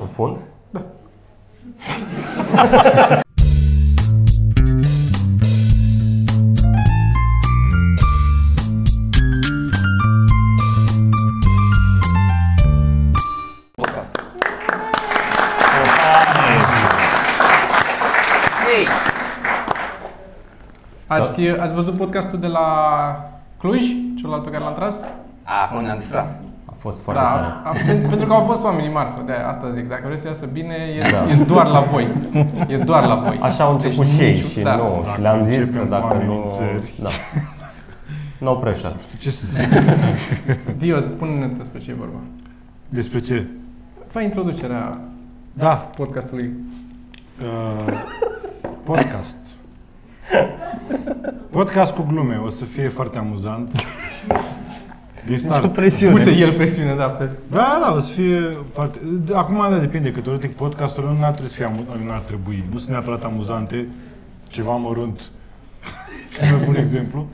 În fund? Podcast. Ați, ați văzut podcastul de la Cluj, celălalt pe care l-am tras? A, până ne-am distrat. A fost foarte Da, tare. a, pen- pentru că au fost oamenii mari, de asta zic, dacă vreți să iasă bine, e, da. e doar la voi. E doar la voi. Așa au început Deci și ei nici- și da. nouă și le-am zis că începem cu dacă nu... amenințări. Da. No pressure. Ce să zic? Vio, spune-ne despre ce e vorba. Despre ce? Fă introducerea Da. podcastului. Uh, podcast. Podcast cu glume. O să fie foarte amuzant. Din start. Puse el presiune, da, pe... Da, da, o să fie foarte... de- Acum, da, depinde, că teoretic podcasturile nu ar trebui să fie amu- nu ar trebui, nu sunt neapărat amuzante, ceva mărunt, cel mai bun exemplu.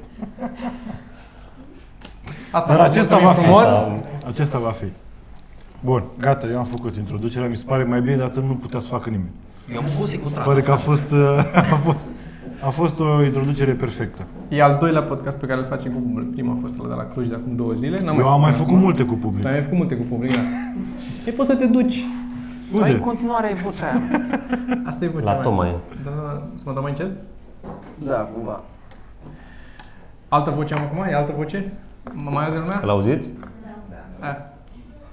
Asta Dar a fost, acesta mulțumim va fi. frumos. Acesta va fi. Bun, gata, eu am făcut introducerea, mi se pare mai bine, dar atât nu putea să facă nimeni. Eu am pus cu strasul. Pare că a fost, uh, a fost, a fost o introducere perfectă. E al doilea podcast pe care îl facem cu public. Prima a fost ăla de la Cluj de acum două zile. N-am Eu am mai făcut acum. multe cu public. Dar ai făcut multe cu public, da. E poți să te duci. Ai în Uite, continuare ai vocea aia. Asta e vocea La mea. Toma e. Da, da, da. Să mă dau mai încet? Da, cumva. Altă voce am acum? E altă voce? Mă mai aude lumea? Eh. Îl auziți? Aia.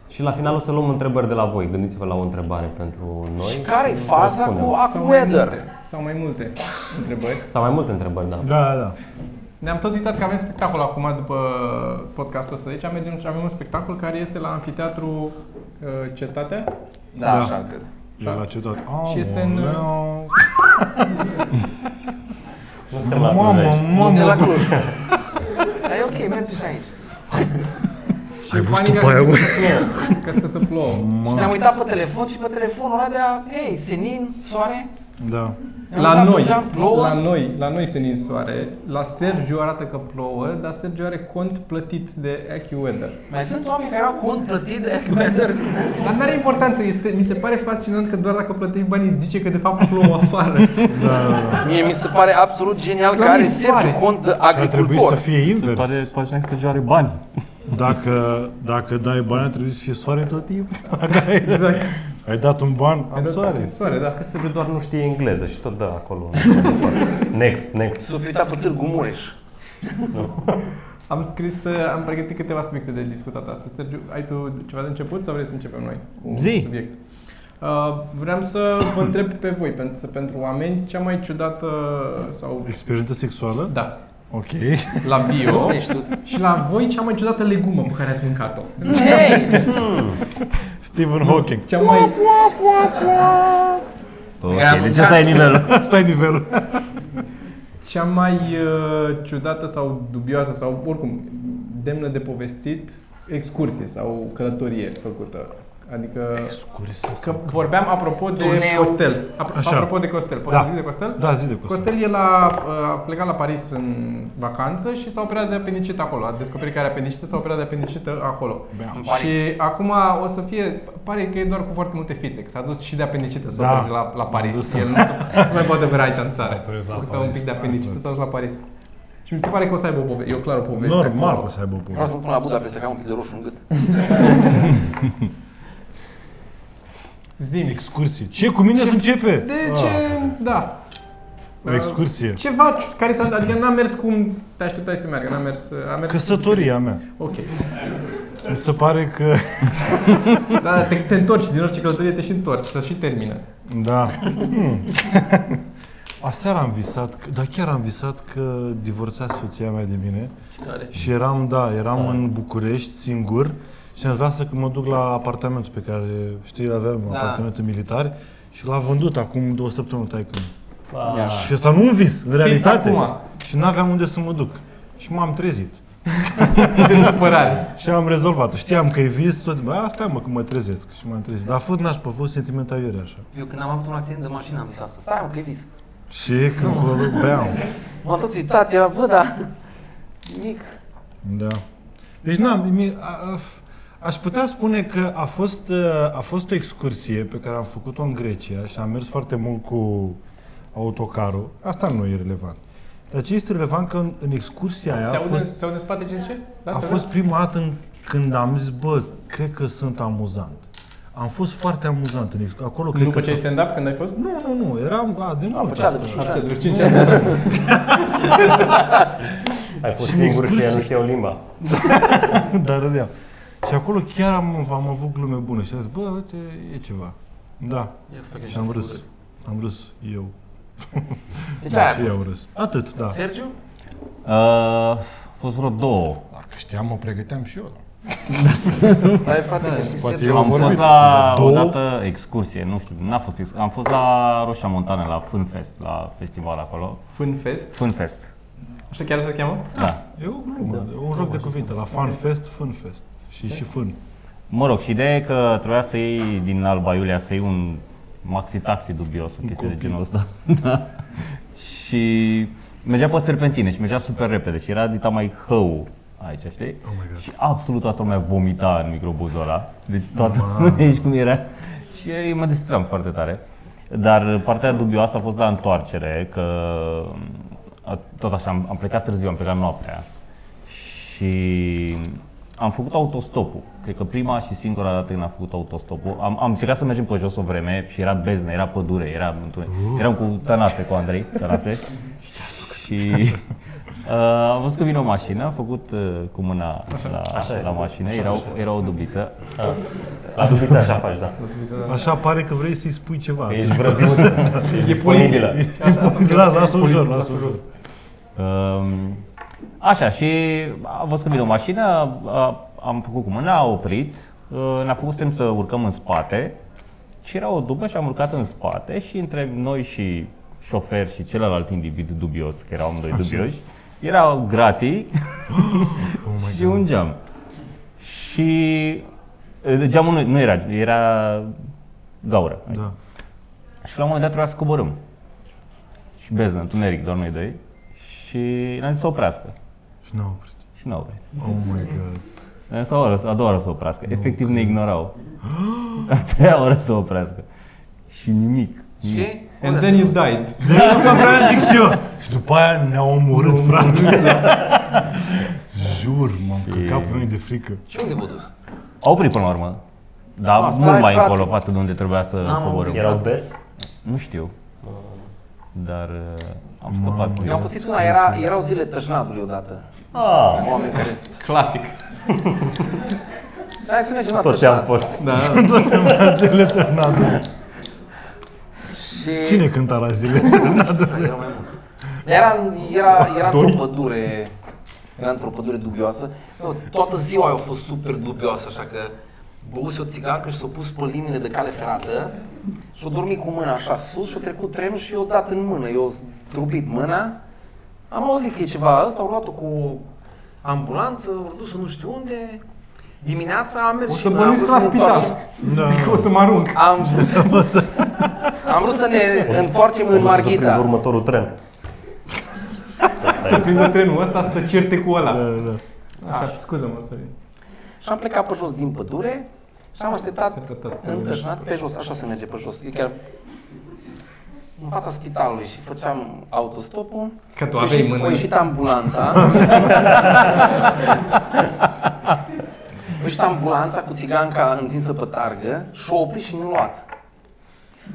Și la final o să luăm întrebări de la voi. Gândiți-vă la o întrebare pentru noi. Care-i faza Răspundem. cu Sau mai Aqueather? multe- Sau mai multe întrebări. Sau mai multe întrebări, da. da, da, da. Ne-am tot uitat că avem spectacol acum după podcastul ăsta. Deci avem, avem un spectacol care este la Anfiteatru uh, Cetatea. Da, Da. așa cred. Eu la cetat. Și este în- Mamă, Nu suntem la Cluj. mamă, Nu sunt la mamă. Cluj. Dar e ok, merge și aici. Și Ai fanii care cred că plouă, că stă să Mm. plouă. Și ne-am uitat pe telefon și pe telefonul ăla de a... Hei, senin, soare? Da. Ne-am La uitat noi, pe geam, plouă. la noi, la noi se nin soare. La Sergiu arată că plouă, dar Sergiu are cont plătit de AccuWeather. Mai sunt oameni care au cont plătit de Aqueather. Dar nu are importanță, este, mi se pare fascinant că doar dacă plătești banii îți zice că de fapt plouă afară. Da, da, da. Mie mi se pare absolut genial că La are mi se pare. Sergiu cont de Ar trebui să agricultor. fie Păi, invers. pagina extra are bani. Dacă, dacă dai bani, ar trebui să fie soare tot timpul. Dacă ai, Exact. ai dat un ban, am soare. Soare, da. Că Sergiu doar nu știe engleză și tot dă acolo. next, next. S-o fi uitat pe Târgu Mureș. Am scris, uh, am pregătit câteva subiecte de discutat astăzi. Sergiu, ai tu ceva de început sau vrei să începem noi cu un Zi. subiect? Uh, vreau să vă întreb pe voi, pentru, să- pentru oameni, cea mai ciudată uh, sau... Experiență sexuală? Da, Ok. la bio Ești tu. și la voi cea mai ciudată legumă pe care ați mâncat-o. Hei! Stephen Hawking. Cea mai... Era Ok, deci mâncat. asta e nivelul. Asta e nivelul. Cea mai uh, ciudată sau dubioasă sau oricum demnă de povestit excursie sau călătorie făcută. Adică că vorbeam apropo de Turneu. Costel. Apro- Așa. Apropo de Costel. Poți Da. să zic de Costel? Da, zi de Costel. Costel e la, uh, a plecat la Paris în vacanță și s-a operat de apendicită acolo. A descoperit că are apendicită, s-a operat de apendicită acolo. Beam. Paris. Și acum o să fie, pare că e doar cu foarte multe fițe, că s-a dus și de apendicită s-a Da. da. la, la M-am dus. Paris. El nu, se- nu mai poate bea aici în țară. S-a operat la Uite, un Paris. Da, pic de apendicită s-a dus la Paris. Și mi se pare că o să aibă o poveste, e o clară poveste. Normal că acolo. o să aibă o poveste. Vreau să mă pun la Budapesta că am un pic de roșu în gât. Zim. Excursie. Ce? Cu mine să începe? Ah. De ce? Da. O excursie. Ceva ci- care s-a, adică n-a mers cum te așteptai să meargă, n-a mers, a mers... Căsătoria mea. Ok. Mi se pare că... Da, te, te întorci din orice călătorie, te și întorci, să și termină. Da. Hmm. Aseară am visat, că- dar chiar am visat că divorța soția mea de mine și eram, da, eram în București singur și am zis lasă că mă duc la apartamentul pe care, știi, aveam Da. apartamentul militar și l-a vândut acum două săptămâni tai Ia și- Și asta nu un vis, în realitate. acum. Și n-aveam unde să mă duc. Și m-am trezit. De supărare. Și am rezolvat. Știam că e vis, tot, bă, asta mă, că mă trezesc și m-am trezit. Dar a fost nașpa, a fost sentimental ieri așa. Eu când am avut un accident de mașină am zis asta. Stai, mă, că e vis. Și când no. beam. M-am tot uitat, era, bă, dar... Mic. Da. Deci n-am, mi- a, a, f- Aș putea spune că a fost, uh, a fost o excursie pe care am făcut-o în Grecia și am mers foarte mult cu autocarul. Asta nu e relevant. Dar ce este relevant că în, în excursia aia Se a aude, fost, în- se aude în spate ce zice? Da, a fost prima dată în, când am zis, bă, cred că sunt amuzant. Am fost foarte amuzant în excursie. Acolo cred După că ce ai stand-up, când ai fost? Nu, nu, nu, eram, a, de mult. făcea asta. de vreo Șapte, de vreo cinci ani. Ai fost Și singur și ea excursie. nu știau limba. Dar râdeam. Și acolo chiar am, am avut glume bune și am zis, bă, uite, e ceva. Da, Ia să fac și niște am râs. singurări. Am râs eu. Deci Da, aia a și eu fost. am râs. Atât, da. Sergiu? A fost vreo două. Dacă Da, știam, mă pregăteam și eu. da. Stai, frate, că și Poate Sergiu. eu am am fost vorbit. la Două? o dată excursie, nu știu, n-a fost excursie. Am fost la Roșia Montană, la Fun Fest, la festival acolo. Fun Fest. Fun Fest. Așa chiar se cheamă? Da. E o glumă, e un joc de cuvinte, la Fun Fest, Fun Fest. Și și fân. Mă rog, și ideea e că trebuia să iei din Alba Iulia, să iei un maxi-taxi dubios, o chestie de copil. genul ăsta. da. Și mergea pe serpentine și mergea super repede și era dita mai hău aici, știi? Oh my God. și absolut toată lumea vomita în microbuzul ăla. Deci toată lumea ești cum era. Și eu mă distram foarte tare. Dar partea dubioasă a fost la întoarcere, că a- tot așa, am, am plecat târziu, am plecat noaptea. Și am făcut autostopul. Cred că prima și singura dată când am făcut autostopul, am, am încercat să mergem pe jos o vreme și era beznă, era pădure, era întuneric. Uh. Eram cu Tănase, cu Andrei Tănase. și uh, am văzut că vine o mașină, am făcut uh, cu mâna la, la mașină, era, o- era o dubiță. La dubița așa faci, da. Așa pare că vrei să-i spui ceva. Deci, Că Ești vrăbiuț. E poliție. Da, lasă ușor, lasă ușor. Um, Așa, și a văzut că vine o mașină, a- am făcut cu mâna, a oprit, uh, ne-a făcut semn să urcăm în spate și era o dubă și am urcat în spate și între noi și șofer și celălalt individ dubios, că erau doi dubioși, erau gratii și un geam. Și uh, geamul nu, nu era, era gaură. Da. Și la un moment dat trebuia să coborâm. Și beznă, întuneric, doar noi doi. Și ne-am zis să oprească. Și n-a oprit. Și n-au oprit. Oh my god. Ne-am zis o oră, a doua oră să oprească. Efectiv ne ignorau. A treia oră să oprească. Și nimic. Și? And then you died. De asta vreau să zic și eu. Și după aia ne-a omorât, da. frate. Jur, m-am căcat pe mine de frică. Și unde vă duci? Au oprit până la urmă. Dar Asta mult ai, mai frate. încolo față de unde trebuia să N-am coborâm. auzit. Erau beți? Nu știu. Dar uh, am scăpat. Mamă, Eu. Eu am pățit una, era, erau zile tășnadului odată. Ah, Oameni care... Clasic. Hai să mergem la tot ce am tășnad. fost. Da. Zile ternadă. Și... Cine cânta la zile? Erau mai mulți. Era, era, era într-o pădure, era într-o pădure dubioasă. Bă, toată ziua eu a fost super dubioasă, așa că băuse o țigancă și s-a pus pe liniile de cale ferată și-a dormit cu mâna așa sus și-a trecut trenul și i-a dat în mână. Eu trubit mâna, am auzit că e ceva ăsta, au luat-o cu ambulanță, au dus-o nu știu unde. Dimineața am mers O și să noi, bănuiesc am vrut la să ne întoarcem. spital. Da. Că o să mă arunc. Am vrut, am vrut să ne întoarcem în Urmă să se prindă Marghita. următorul tren. Să prindă trenul ăsta, să certe cu ăla. Da, da. Așa, scuză-mă, sorry. Și am plecat pe jos din pădure și am așteptat întâșnat pe jos, așa se merge pe jos. E chiar în fața spitalului și făceam autostopul. Că tu A aveai ieșit, a mână. ieșit ambulanța. a ieșit ambulanța cu țiganca întinsă pe targă și o oprit și nu luat.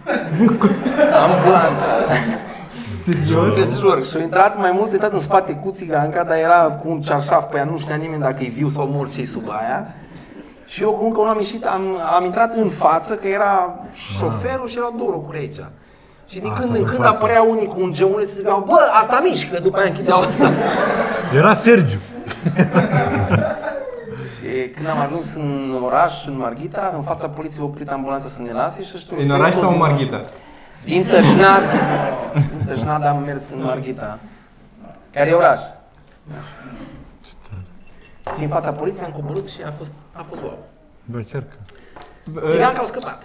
ambulanța. Serios? Îți jur, și-au intrat mai mulți, au intrat în spate cu țiganca, dar era cu un cearșaf pe ea, nu știa nimeni dacă e viu sau mor ce sub aia. Și eu cum că nu am ieșit, am, am intrat în față, că era șoferul și erau două locuri aici. Și din Ah, când stai în în când față. apărea unii cu un geunle și ziceau, bă, asta mișcă, după aia închideau Da. asta. Era Sergiu. și când am ajuns în oraș, în Marghita, în fața poliției a oprit ambulanța să ne lase și ăștia au În sărit oraș tot sau în din- Marghita? Din Tășnad, din Tășnad am mers în Marghita, care e oraș. Din fața poliției am coborât și a fost, a fost wow. Bă, Da, chiar că. Țigan că au scăpat.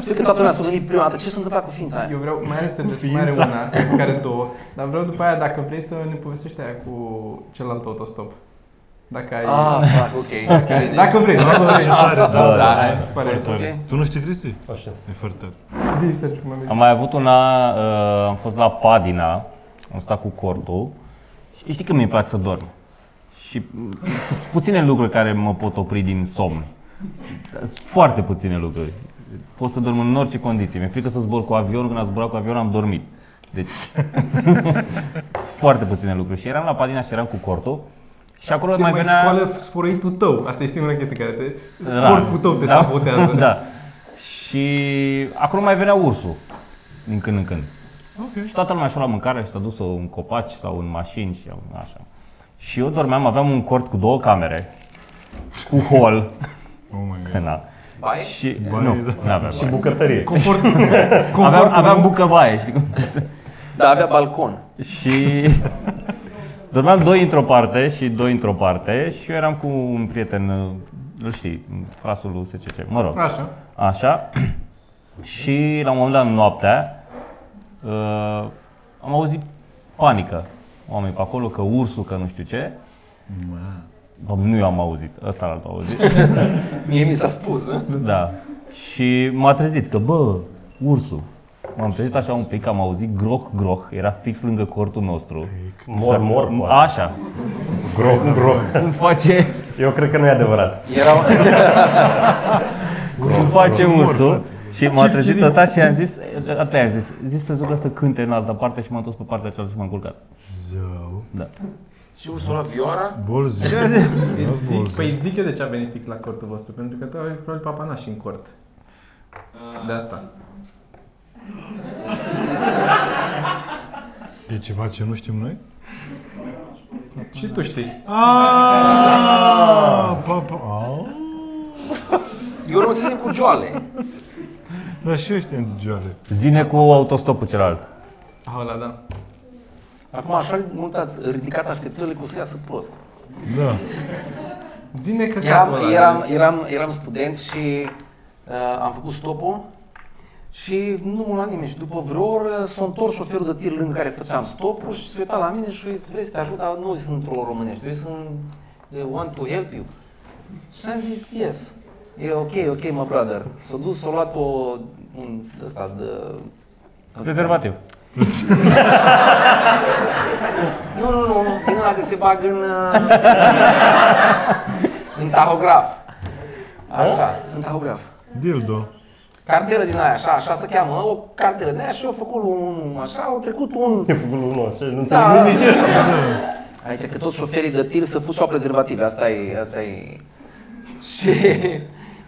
Știu că toată lumea s-a gândit prima dată ce s-a întâmplat cu ființa aia. Eu vreau, mai ales să mai are una, să care două, dar vreau după aia, dacă vrei să ne povestești aia cu celălalt autostop. Dacă ai... Ah, fac, ok. Dacă vrei, dacă Bă, ce vrei. tare, da, da, da, da, mi e se pare foarte tare. ok. Tu nu știi, Cristi? Așa. E foarte tare. Zi, Sergiu, mă merg. Am mai avut una, uh, am fost la Padina, am stat cu cortul și știi că mi-e place să dorm. Și mm, sunt puține lucruri care mă pot opri din somn. Dar Sunt foarte puține lucruri. Pot să dorm în orice condiție. Mi-e frică să zbor cu avionul, când am zburat cu avionul am dormit. Deci, sunt foarte puține lucruri. Și eram la Padina și eram cu cortul și acolo Te mai mai venea... scoală sfărăitul tău. Asta e singura chestie care te... Rar. Corpul tău te sabotează. Da. Și acolo mai venea ursul, din când în când. Ok. Și toată lumea și-a luat mâncare și s-a dus-o în copaci sau în mașini și așa. Și eu dormeam, aveam un cort cu două camere, cu hol, Oh my god. că na. Baie? Și Baie, nu, da. nu aveam Și baie. bucătărie. Confort, Aveam, aveam bucă baie, știi cum se- Da, avea balcon. Și dormeam doi într-o parte și doi într-o parte și eu eram cu un prieten, îl știi, frasul lui SCC, mă rog. Așa. Așa. și la un moment dat, în noaptea, uh, am auzit panică. Oameni pe acolo, că ursul, că nu știu ce. Bă, nu eu am auzit, ăsta l-a auzit. Mie mi s-a spus, eh? hă? da. Și m-a trezit că, bă, ursul. M-am trezit așa un pic, am auzit groh, groh, era fix lângă cortul nostru. Mor, mor, poate. Așa, Groh, groh. îmi face, Eu cred că nu e adevărat. Erau... îmi face ursul. Și m-a trezit ăsta și am zis, atât i-am zis, zis să zică să cânte în altă parte și m-am dus pe partea cealaltă și m-am culcat. Zău. Și ursul la vioara? Bolzi. Îți Zic, păi zic eu de ce a venit Tic la cortul vostru, pentru că tu aveai probabil papanași în cort. Ah. De asta. E ceva ce nu știm noi? Și tu știi. Aaaa! Pa, pa, au. Eu rămăsesem cu joale. Dar și eu știam de joale. Zine cu autostopul celălalt. Aula, da. Acum așa mult ați ridicat așteptările că o să iasă prost. Da. Zine că Eram, eram, eram, eram student și uh, am făcut stopul și nu mă lua nimeni. Și după vreo oră s-a întors șoferul de tir lângă care făceam stopul și s-a uitat la mine și a zis, vrei să te ajut, dar nu sunt într-o românești, eu sunt I want to help you. Și am zis, yes. E ok, ok, mă, brother. S-a dus, s-a luat o, un ăsta de... Prezervativ. Nu, nu, nu, din ăla că se bagă în, uh, în tahograf. Așa, în tahograf. Dildo. Cartelă din aia, așa, așa se cheamă, o cartelă din aia și eu făcut un, așa, au trecut un... E făcut unul așa, nu înțeleg Da. nimic. Aici că toți șoferii de tir să fuseau prezervative, asta e, asta e. Și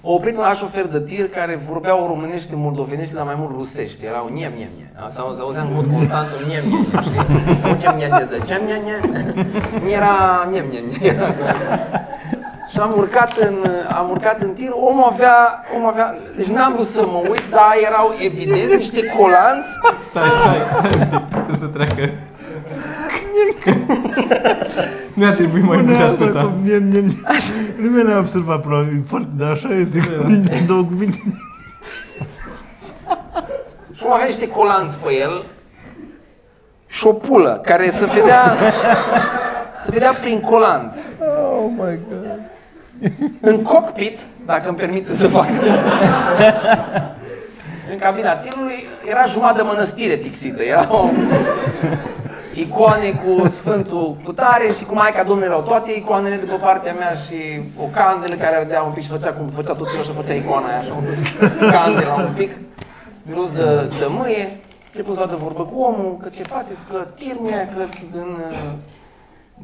a oprit un alt șofer de tir care vorbeau românește, moldovenește, dar mai mult rusești, erau niem, niem, niem. Asta se auzea în mod constant un niem, niem, niem, știi? Nu ce niem, ce niem, niem, nu era niem, niem, niem. Și am urcat în, am urcat în tir, omul avea, omul avea, deci n-am vrut să mă uit, dar erau evident niște colanți Stai, stai, stai. Trebuie să treacă. Nu a trebuit mai mult de Până da, atâta. cum mie, mie, mie. Nimeni n-a observat probabil, E foarte, dar așa e de Da. cum două cuvinte. Și avea niște colanți pe el și o pulă care se vedea, se vedea prin colanți. Oh my God. În cockpit, dacă îmi permite să fac. în cabina tirului era jumătate de mănăstire tixită. Era o icoane cu Sfântul Cutare și cu Maica Domnului erau toate icoanele de pe partea mea și o candelă care ardea un pic și făcea cum făcea tot și făcea icoana aia așa, candela un pic, miros de, de mâie, trebuie să de vorbă cu omul, că ce faceți, că tirmea, că sunt în uh,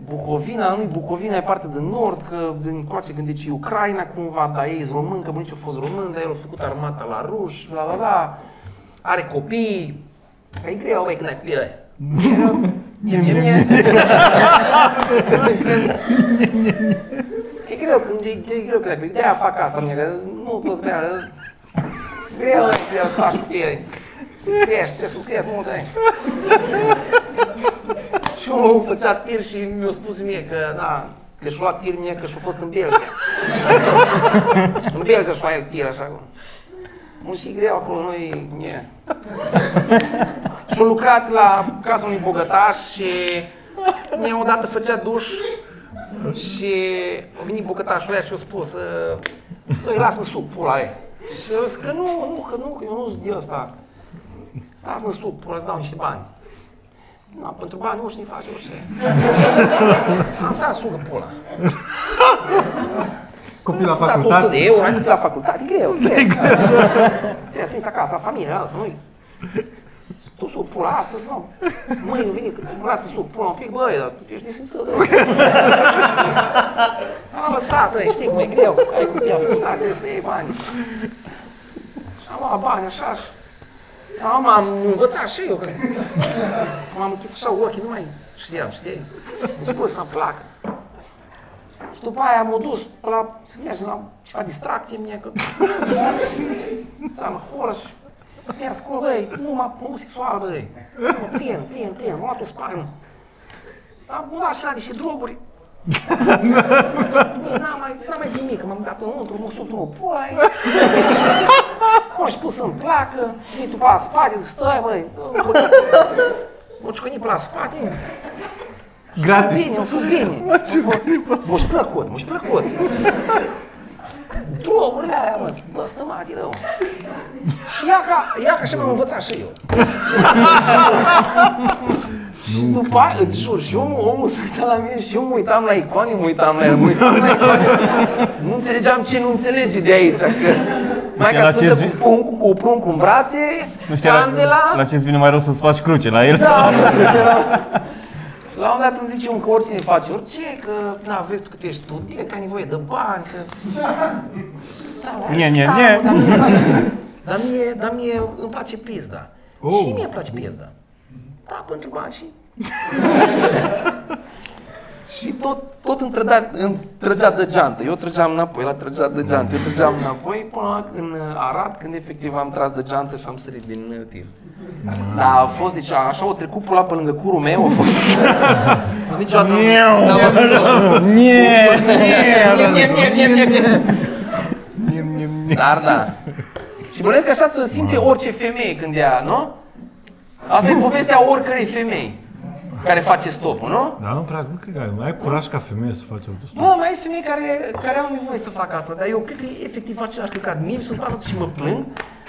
Bucovina, nu Bucovina, e parte de nord, că din coace gândeți e Ucraina cumva, dar ei sunt români, că bunicii au fost români, dar el a făcut armata la ruși, la la la, are copii, că e greu, băi, când ai copii ăia. Mie, mie, mie. E greu, când e, e greu când ai copii, de-aia fac asta, mie, că nu toți vrea, greu, e greu să faci copii, să crești, trebuie să crești mult, ai. Și omul făcea tir și mi-a spus mie că, da, că și-a luat tir mie, că și-a fost în Belgia. în Belgia și-a luat el tir, așa cum. Un și greu acolo, noi, e. Și-a lucrat la casa unui bogătaș și mie odată făcea duș Și a venit bucătașul ăla și a spus, "Ă, băi, lasă-mă suc, pula aia. Și eu zic că nu, nu, că nu, că eu nu sunt de asta. Lasă-mă suc, pula, îți dau niște bani. Nu, pentru bani nu știu ce faci orice. Am stat sucă pula. Copii la Da, tu facultate. de eu, ai copil la facultate, e greu, e greu. Trebuie să veniți acasă, la familie, la noi. Tu s-o pula astăzi, nu? Măi, nu vine, că tu lasă să o pula un pic, băi, dar tu ești disențău de Am lăsat, băi, știi cum e greu, că ai copii la facultate, trebuie să iei bani. Și am luat bani, așa, și am, am învățat și eu, că m-am închis așa ochii, nu mai știam, știi? Deci, bă, să-mi placă. Și după aia m-a dus la, să mergem la ceva distracție mie, că s-a măcoră și mi-a scos, băi, numai homosexual, băi. Nu, Plin, plin, plin, m-a luat o spană. Am luat și la niște droguri. Bă, n-am mai, n-am mai zis nimic, m-am dat înăuntru, m-a sut unul, poi. M-a și pus să-mi placă, vii tu pe la spate, zic, stai, băi. M-a ciucănit pe la spate, Gratis. Bine, am fost bine. M-aș plăcut, m-aș plăcut. Drogurile alea, mă, bă, stămati rău. Și ia ca, ia ca și m-am învățat și eu. Și după aia, îți jur, și omul, omul se uita la mine și eu mă uitam la icoane, mă uitam la el, mă uitam la icoane. Nu înțelegeam ce nu înțelege de aici, că... Mai Era ca să ce cu zi- pruncul, cu pruncul în brațe, Nu știu, candela, la, la ce-ți vine mai rău să-ți faci cruce, la el sau... da, era- La un moment dat îmi zice un că oricine face orice, că na, vezi tu că tu ești student, că ai nevoie de bani, că... Da, la Nie, asta, nie, mă, nie. Dar mie, îmi place- dar mie, dar mie îmi place pizda. Oh. Și mie îmi place pizda. Da, pentru bani și... și tot, tot îmi, trăda, îmi trăgea de geantă. Eu trăgeam înapoi, la trăgea de geantă. Eu trăgeam înapoi până la- în uh, Arad, când efectiv am tras de geantă și am sărit din uh, tir. Dar a fost, deci a- așa o trecut pula pe lângă curul meu, a fost. Niciodată nu- n-am avut o- Nie, nie, nie, nie, nie. Dar da. Și bănesc că așa se simte orice femeie când ea, nu? Asta e povestea oricărei femei care face stopul, nu? Da, nu prea, nu cred că ai, nu ai curaj ca femeie să faci autostop. Bă, mai sunt femei care, care au nevoie să facă asta, dar eu cred că e efectiv același lucru. Mie mi sunt toată și mă plâng,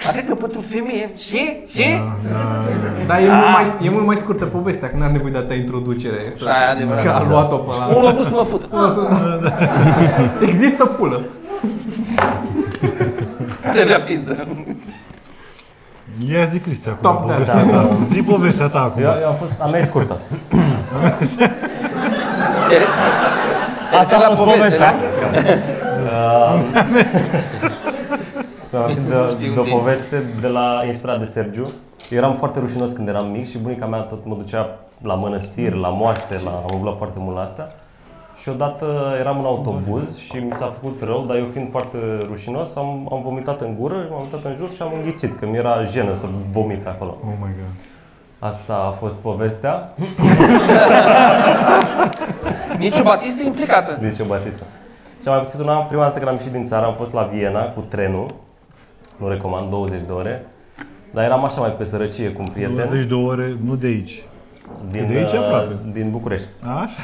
dar cred că pentru femeie, și, și, Da, Dar e Ah. mult, mai, e mult mai scurtă povestea, că n-ar nevoie de atâta introducere. Este- Așa e adevărat. Că a luat-o pe da. la... unul a vrut să mă fută. Există pulă. Care avea pizdă. Ia zi, Cristi, acum Top, da, povestea da, ta. Zi povestea ta acum. Eu, eu am fost, am mea e scurtă. Asta la a fost poveste, povestea. Da, de, știu de o din- poveste de la inspirat de Sergiu. Eu eram foarte rușinos când eram mic și bunica mea tot mă ducea la mănăstiri, la moaște, la, am umblat foarte mult la asta. Și odată eram în autobuz și mi s-a făcut rău, dar eu fiind foarte rușinos, am, am vomitat în gură, m-am uitat în jur și am înghițit, că mi-era jenă să vomit acolo. Oh my god. Asta a fost povestea, Niciu Batista e implicată. zice Batista. Și am mai pățit una, prima dată când am ieșit din țară, am fost la Viena cu trenul, nu recomand, 20 de ore, dar eram așa mai pe sărăcie cu un prieten. 20 de ore, nu de aici. Din, De aici uh, aproape. din București. Așa?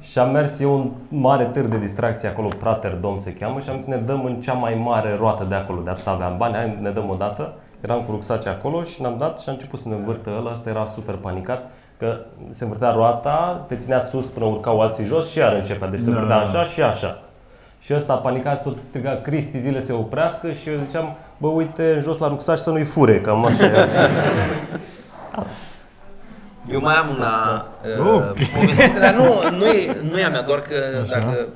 Și am mers eu un mare târg de distracție acolo, Prater Dom se cheamă, și am zis ne dăm în cea mai mare roată de acolo, de atât aveam bani, hai ne dăm o dată. Eram cu rucsace acolo și ne-am dat și a început să ne învârtă ăla, asta era super panicat, că se învârtea roata, te ținea sus până urcau alții jos și iar începea, deci se Da. învârtea așa și așa. Și ăsta a panicat, tot striga Cristi zile se oprească și eu ziceam, bă uite în jos la rucsaș să nu-i fure, cam așa era. Eu mai am una Oh. uh, povestire, dar nu, nu, e, nu e a mea, doar că dacă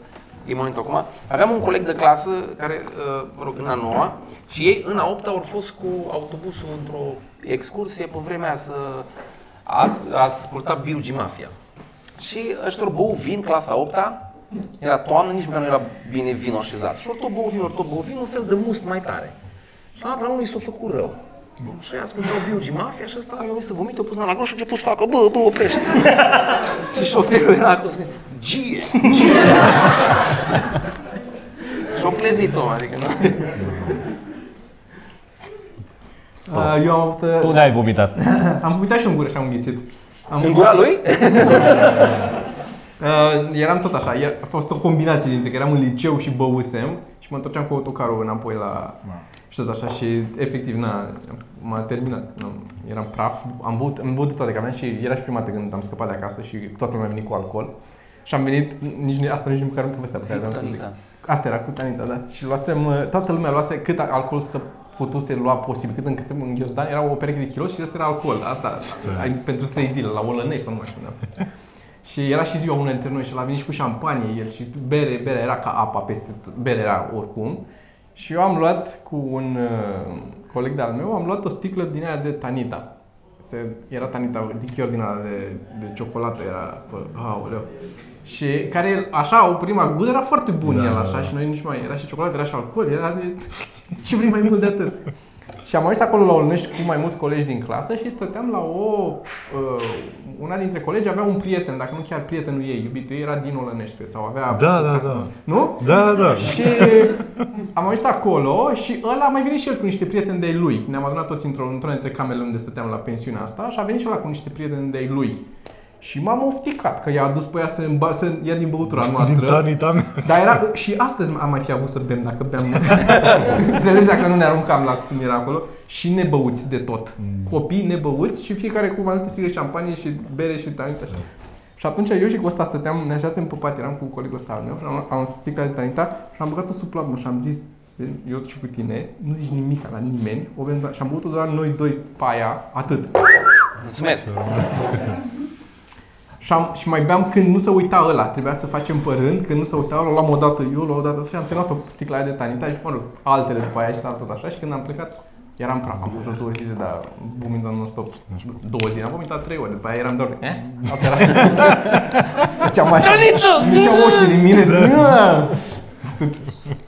e momentul acum. Aveam un coleg de clasă care, uh, mă rog, în a noua și ei în a opta au fost cu autobusul într-o excursie pe vremea aia să as, asculta Biugi Mafia. Și ăștia ori bău vin, clasa 8 era toamnă, nici măcar nu era bine vinul așezat. Și ori tot bău vin, ori tot bău vin, un fel de must mai tare. Și la unul i s-a făcut rău. Și aia ascultau Biugi Mafia și ăsta a venit să vomite, a pus mâna la gol și a început să facă, bă, bă, oprește. și șoferul era acolo, spune, gie, gie. Și-o pleznit-o, adică, nu? A, Ah, Eu am avut... Tu n-ai vomitat. Am uitat și eu în gură și am înghițit. Am În gura lui? Uh, eram tot așa, iar- a fost o combinație dintre că eram în liceu și băusem și mă întorceam cu autocarul înapoi la... Și tot așa și efectiv, na, m-a terminat. N-am- Eram praf, am băut, am băut de toate, că aveam și era și prima dată când am scăpat de acasă și toată lumea a venit cu alcool. Și am venit, nici, nu- asta nici nu măcar nu povestea pe Da, care aveam să zic. Asta era cu Tanita, da. Și luasem, uh, toată lumea luase cât alcool să putuse lua posibil, cât încât în ghiozdan da? era o pereche de kilos și restul era alcool. Asta, ai, pentru trei zile, la Olănești sau nu mai știu unde a fost. Și era și ziua unul dintre noi și l-a venit și cu șampanie el și bere, bere era ca apa peste tot, bere era oricum. Și eu am luat cu un uh, coleg de-al meu, am luat o sticlă din aia de Tanita. Se, era Tanita, lichior din aia de, de ciocolată era, bă, aoleu. Și care așa, o prima gură era foarte bun da, el așa și noi nici mai, era și ciocolată, era și alcool, era de, ce vrei mai mult de atât. Și am ajuns acolo la Olnești cu mai mulți colegi din clasă și stăteam la o... Uh, una dintre colegi avea un prieten, dacă nu chiar prietenul ei, iubitul ei, era din Olănești, cred, sau avea... Da, da, casă. da. Nu? Da, da, da. Și am ajuns acolo și ăla a mai venit și el cu niște prieteni de-ai lui. Ne-am adunat toți într-o, într-una dintre camerele unde stăteam la pensiunea asta și a venit și ăla cu niște prieteni de-ai lui. Și m-am ofticat că i-a adus pe ea să, îmba- să ia din băutura Din noastră. tanita mea. Dar era, și astăzi am mai fi avut să bem dacă beam noi. Înțelegi dacă nu ne aruncam la cum era acolo. Și nebăuți de tot. Copii nebăuți și fiecare cu mai multe sigare șampanie și bere și tanita. Așa. Și atunci eu și cu ăsta stăteam, ne așasem pe pat, eram cu colegul ăsta al meu, și am, am sticla de tanita și am băgat-o sub plapmă și am zis, eu și cu tine, nu zici nimic la nimeni, o bem doar- și am băut-o doar noi doi pe aia, atât. Mulțumesc! Și, am, și mai beam când nu se uita ăla, trebuia să facem pe rând, când nu se uita ăla, o luam o dată eu, luam o dată și am terminat o sticla aia de tanita și, mă rog, altele după aia și s-a tot așa și când am plecat, eram praf, am fost vreo două zile, dar vomitam non-stop. Două zile, am vomitat trei ori, după aia eram doar, eh? Asta era. Făceam așa, miceau ochii din mine, "Nă!" Atât.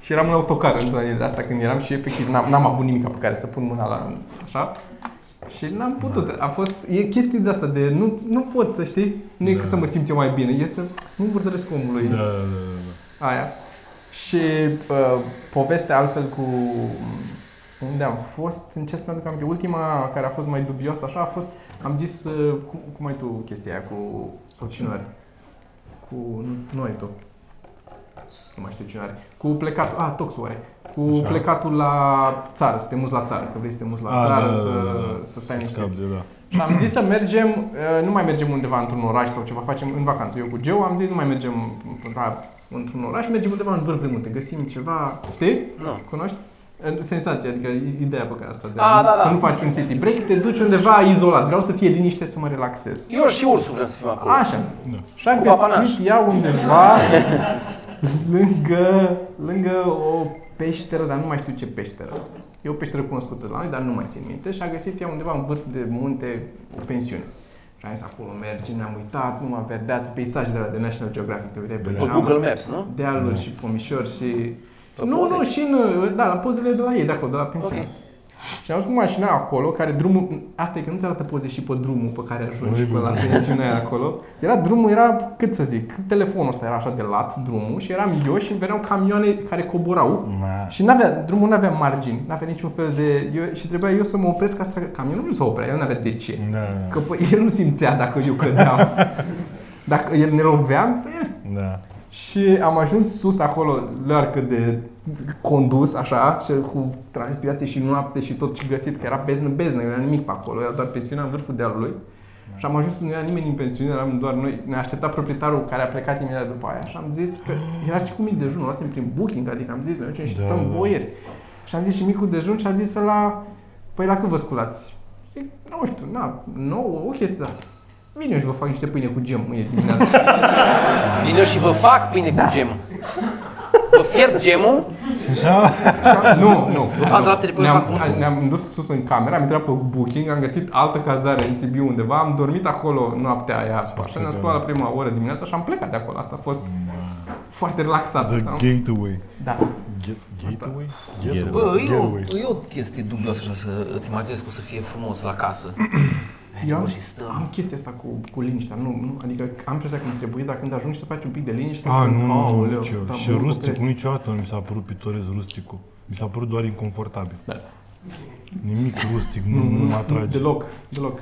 Și eram în autocar într-una dintre asta când eram și efectiv n-am, n-am avut nimic pe care să pun mâna la așa. Și n-am putut. A fost, e chestii de asta de nu, nu pot să știi, nu e că să mă simt eu mai bine, e să nu vorbesc omului Da, da, da, da. aia. Și uh, povestea altfel cu unde am fost, în ce să-mi aduc aminte, ultima care a fost mai dubioasă așa a fost, am zis, uh, cum, cum ai tu chestia aia cu, sau cine o are? Cu, nu, nu ai tu. Nu mai știu cine o are. Cu plecatul, a, toxul are. Cu Așa. așa. plecatul la țară, să te muți la țară, că vrei să te muți la A, țară, da, da, să, da, da. să stai niște Scap de da. și am zis să mergem, uh, nu mai mergem undeva într-un oraș sau ceva, facem în vacanță. Eu cu Geo am zis nu mai mergem da, într-un oraș, mergem undeva în vârf de munte, găsim ceva, știi? Nu. Cunoști? Ah, În Senzația, adică i- ideea pe care asta de A, da, da. să nu faci un city break, te duci undeva izolat, vreau să fie liniște, să mă relaxez. Eu și ursul vrem să fim acolo. Așa. Da. Și am Cu papanaș. găsit ea undeva lângă, lângă o peșteră, dar nu mai știu ce peșteră. E o peșteră cunoscută la noi, dar nu mai țin minte. Și a găsit ea undeva în vârf de munte o pensiune. Și am zis, acolo mergem, ne-am uitat, numai verdeați, peisaje de la de National Geographic, te vedeai pe Pe geam, Google Maps, nu? dealuri și pomișori și... Pe nu, poze. nu, și în, da, la pozele de la ei, de acolo, de la pensiune. Ok. Și am dus cu mașina acolo, care drumul, asta e că nu-ți arată poze și pe drumul pe care ajungi Oribil. până la pensiunea aia acolo. Era drumul, era, cât să zic, telefonul ăsta era așa de lat, drumul, și eram eu și îmi veneau camioane care coborau. Na. Și n-avea, drumul nu avea margini, nu avea niciun fel de... Eu, și trebuia eu să mă opresc ca să... Camionul nu s-a oprea, el nu avea de ce. Da, Că păi, el nu simțea dacă eu cădeam. Dacă el ne loveam, păi, da. și am ajuns sus acolo, learcă de condus, așa, și cu transpirație și noapte și tot ce găsit, că era beznă, beznă, era nimic pe acolo, era doar pensiunea în vârful dealului. Și am ajuns, nu era nimeni în pensiune, eram doar noi, ne aștepta proprietarul care a plecat imediat după aia și am zis că era și cu mic dejun, luasem prin booking, adică am zis, ne ducem și Da, stăm da. boieri. Și am zis și micul dejun și a zis la păi la cât vă sculați? Zic, nu știu, na, nouă, o chestie de asta. Vine eu și vă fac niște pâine cu gem mâine dimineață. Vin eu și vă fac pâine cu gem. Vă fierb gemul, nu, nu. A, da, trebuie ne-am, făcut. a- ne-am dus sus în cameră, am intrat pe booking, am găsit altă cazare în Sibiu undeva, am dormit acolo noaptea aia, așa ne-am sculat la prima oră dimineața și am plecat de acolo. Asta a fost foarte relaxat. The am- gateway. Da. Get, gateway? Bă, e o, Getaway. e o chestie dubioasă așa să îți imaginezi că o să fie frumos la casă. Eu Bă, am, și stăm. am chestia asta cu, cu liniștea, nu, nu, adică am impresia că îmi trebuie, dar când ajungi să faci un pic de liniște, A, Păi sunt, nu, nu, aoleu, nici eu. da, Și mă rusticul opresc. niciodată nu mi s-a părut pitorez rusticul. Mi s-a părut doar inconfortabil. Da. Nimic rustic nu, Nu, nu mă nu, nu, atrage. Mm, deloc, deloc.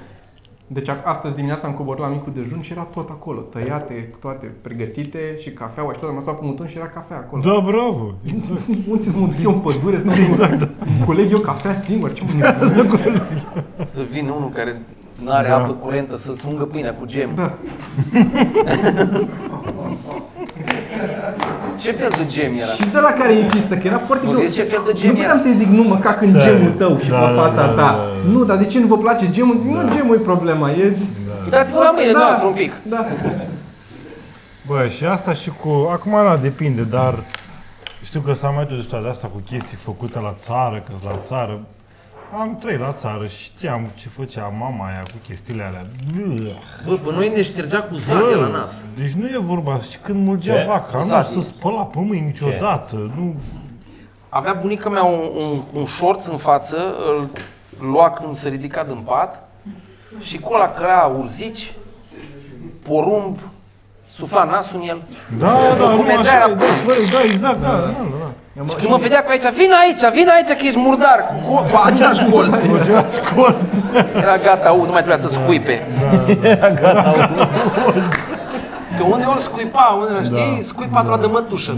Deci a- astăzi dimineața am coborât la micul dejun și era tot acolo, tăiate, toate pregătite și cafeaua și tot, am lăsat pe muton și era cafea acolo. Da, bravo! Unde să mă duc eu în pădure să exact. coleg eu cafea singur? Ce mă Să vină unul care nu are apă curentă să-ți ungă pâinea cu gem. Da. ce fel de gem era? Și de la care insistă, că era foarte Nu greu. zici ce fel de gem nu era. puteam să-i zic, nu, mă cac în Da, gemul tău și da, pe da, fața da, ta. da, da. Nu, dar de ce nu vă place gemul? Zic, mă, gemul e problema, e... Uitați-vă la mâinile Da, noastre un pic. Da. Bă, și asta și cu... Acum, da, depinde, dar știu că s-a mai dus discuția de asta cu chestii făcute la țară, că la țară. Am trei la țară, știam ce făcea mama aia cu chestiile alea. Bă, Bă, pe noi ne ștergea cu zad de la nas. deci nu e vorba și când mulgea Ce? vaca, nu Exact. se spăla pe mâini niciodată, nu... Avea bunica mea un, un, un șorț în față, îl lua când se ridica din pat și cu ăla căra urzici, porumb, sufla nasul în el. Da, da, nu mergea așa, e, la- da, bă, da, exact, da, da, da. da. Și când mă vedea cu aici, vin aici, vin aici că ești murdar, cu, cu același colț. Același colț. Era gata, u, nu mai trebuia să scuipe. Era da, gata. omul. Că uneori scuipa, uneori, știi, scuipa da. de mătușă.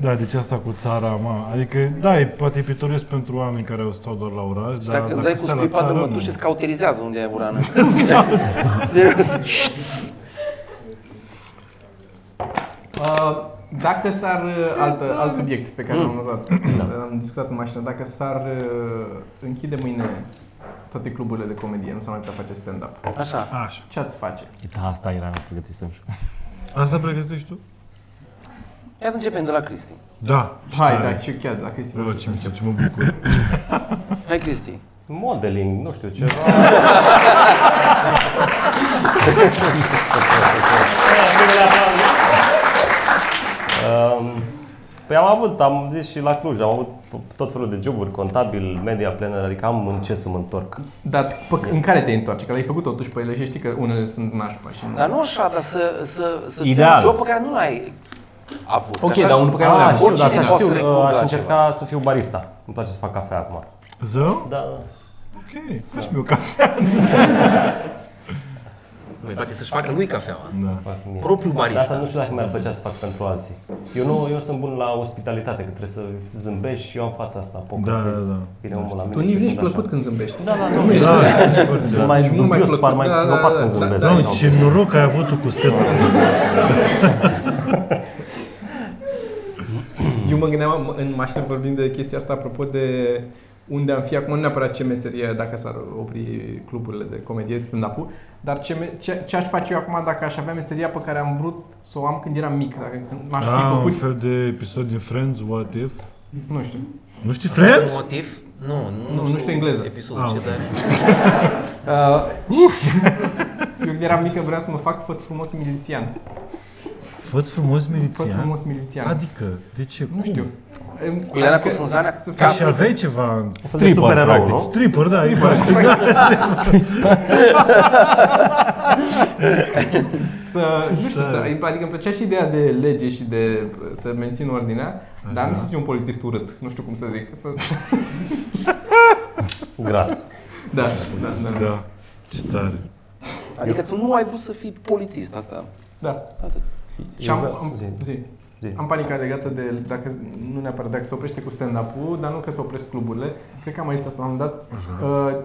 Da, deci asta cu țara, mă, adică, da, e poate e pitorios pentru oameni care au stau doar la oraș, dar Dacă îți dai cu stai la scuipa de țară, nu. mătușă, îți cauterizează unde ai urană. Serios. Uh, dacă s-ar, uh, alt, alt subiect pe care l-am notat, am discutat în mașină, dacă s-ar uh, închide mâine toate cluburile de comedie, nu s-ar mai putea face stand-up, Așa. Așa. ce ați face? Da, asta era, nu pregătisem și Asta pregătești tu? Ia să începem de la Cristi. Da. Hai, da, și eu chiar, dacă este Bă, ce mișto, ce mă bucur. Hai Cristi. Modeling, nu știu Ehm, ce. Um, Păi am avut, am zis și la Cluj, am avut tot felul de joburi, contabil, media planner, adică am în ce să mă întorc. Dar pă, în care te întoarce? Că l-ai făcut totuși pe ele și știi că unele sunt nașpa și... Dar nu așa, dar să, să, să ții Ideal. un job pe care nu l-ai avut. Ok, Așa dar unul pe care nu l-ai Ah, avut. oricine asta poate să Uh, recurgă Aș la ceva. încerca să fiu barista. Îmi place să fac cafea acum. Zău? Da, da. Ok, faci mi o cafea. Îi place să-și facă lui cafeaua. Da. fac mie. Propriul barista. Dar asta nu știu dacă mi-ar plăcea să fac pentru alții. Eu nu, eu sunt bun la ospitalitate, că trebuie să zâmbești și eu am fața asta, poker Da, da, face. da. Vine omul la mine. Tu nici și nu ești sunt așa. plăcut când zâmbești. Da, da, nu, Da, sunt mai nu mai dubios, par mai plăcut, da, da, psihopat da, când da, zâmbesc. Zău, așa. ce noroc ai avut tu cu stetul. Eu mă gândeam m- în mașină vorbind de chestia asta apropo de unde am fi acum, nu neapărat ce meserie dacă s-ar opri cluburile de comedie, stand-up-ul, dar ce, me- ce, ce aș face eu acum dacă aș avea meseria pe care am vrut să o am când eram mic, dacă când m-aș fi Da, un făcut, fel de episod din Friends, What If. nu știu. Nu știi Un Friends? motiv? Nu, nu, nu știu engleză. Episodul Ah, ce ok. dar... Uh, eu când eram mică vreau să mă fac făt frumos milițian. Făt frumos Făt milițian. frumos milițian. Adică, de ce? nu știu. Em, Cu Ileana adică Cosânzanea, să ca- faci- Și aveai ceva în Un fel de Stripper, supererou, practic. nu? Stripper, da, e practic. să, nu știu, să, adică îmi plăcea și ideea de lege și de uh, să mențin ordinea, dar nu sunt eu un polițist urât, nu știu cum să zic. Să, Gras. da, da, da, da. Da. Ce tare. Adică tu nu ai vrut să fii polițist, asta. da. Atât. Și am, Eu vreau- am, zi, zi, zi. am panicat legată de, dacă, nu neapărat, dacă se oprește cu stand-up-ul, dar nu că se opresc cluburile, cred că am mai zis asta la un moment dat, uh,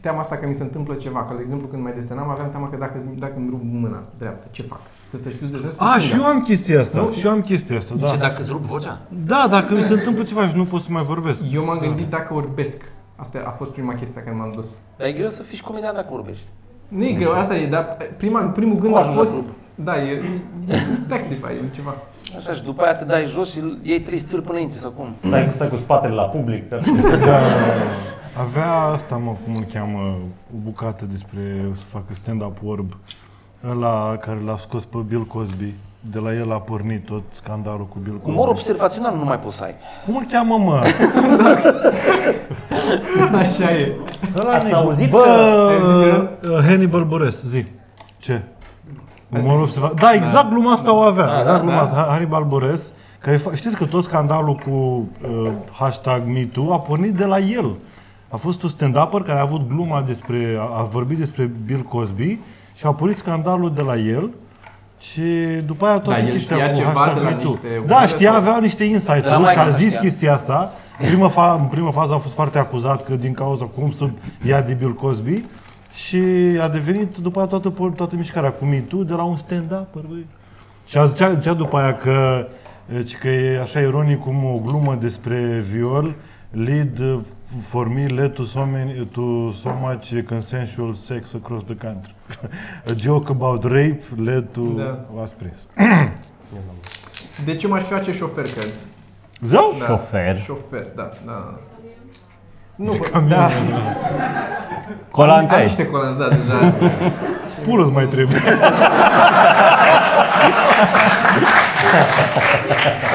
teama asta că mi se întâmplă ceva, că, de exemplu, când mai desenam, aveam teama că dacă, dacă îmi rup mâna dreaptă, ce fac? Trebuie să știu să desenez cu A, Ah, și stânga. eu am chestia asta. Și eu am chestia asta, Da. Ce, da. dacă îți rup vocea? Da, dacă mi se întâmplă ceva și nu pot să mai vorbesc. Eu m-am gândit dacă orbesc. Asta a fost prima chestie la care m-am dus. Dar e greu să fii și comedian dacă vorbești. Nu e greu, asta e, dar prima, primul Cum gând a ajungi la fost... club? Da, e, e Taxify, e ceva. Așa și după aia te dai jos și îl iei trei stâlpi până intri sau cum? Stai, cu- stai cu spatele la public. că- Avea asta, mă, cum îl cheamă, o bucată despre o să facă stand-up orb. Ăla care l-a scos pe Bill Cosby. De la el a pornit tot scandalul cu Bill Cosby. Umor observațional nu mai poți să ai. Cum îl cheamă, mă? Așa e. Ăla Ați ne- auzit că... Bă, uh, Hannibal Buress, zi. Ce? Umorul observat. Da, exact gluma asta o avea. Da, exact gluma asta. Ha- Hannibal Buress, care fa- știți că tot scandalul cu uh, hashtag MeToo a pornit de la el. A fost un stand-upper care a avut gluma despre, a, a vorbit despre Bill Cosby și a apărut scandalul de la el și după aia toată Da, el chestia știa cu ceva hashtag de la Me Too. niște Da, oameni știa, sau- avea niște insight Era mai și a ca să zis știa. chestia asta. În prima, fa- în prima fază a fost foarte acuzat că din cauza cum să ia de Bill Cosby și a devenit după aia toată, po- toată mișcarea cu Me Too de la un stand-up. băi. Și a zicea, zicea după aia că, deci că e așa ironic cum o glumă despre viol lead uh, for me led to so, many, to so much consensual sex across the country. A joke about rape led to... Da. Da. V-ați prins. Deci eu m-aș face șofer, cred. Zău? Da. Șofer. Șofer, da, da. Nu, da. Am Colanțești. niște colanți, da, deja. Pulă mai trebuie.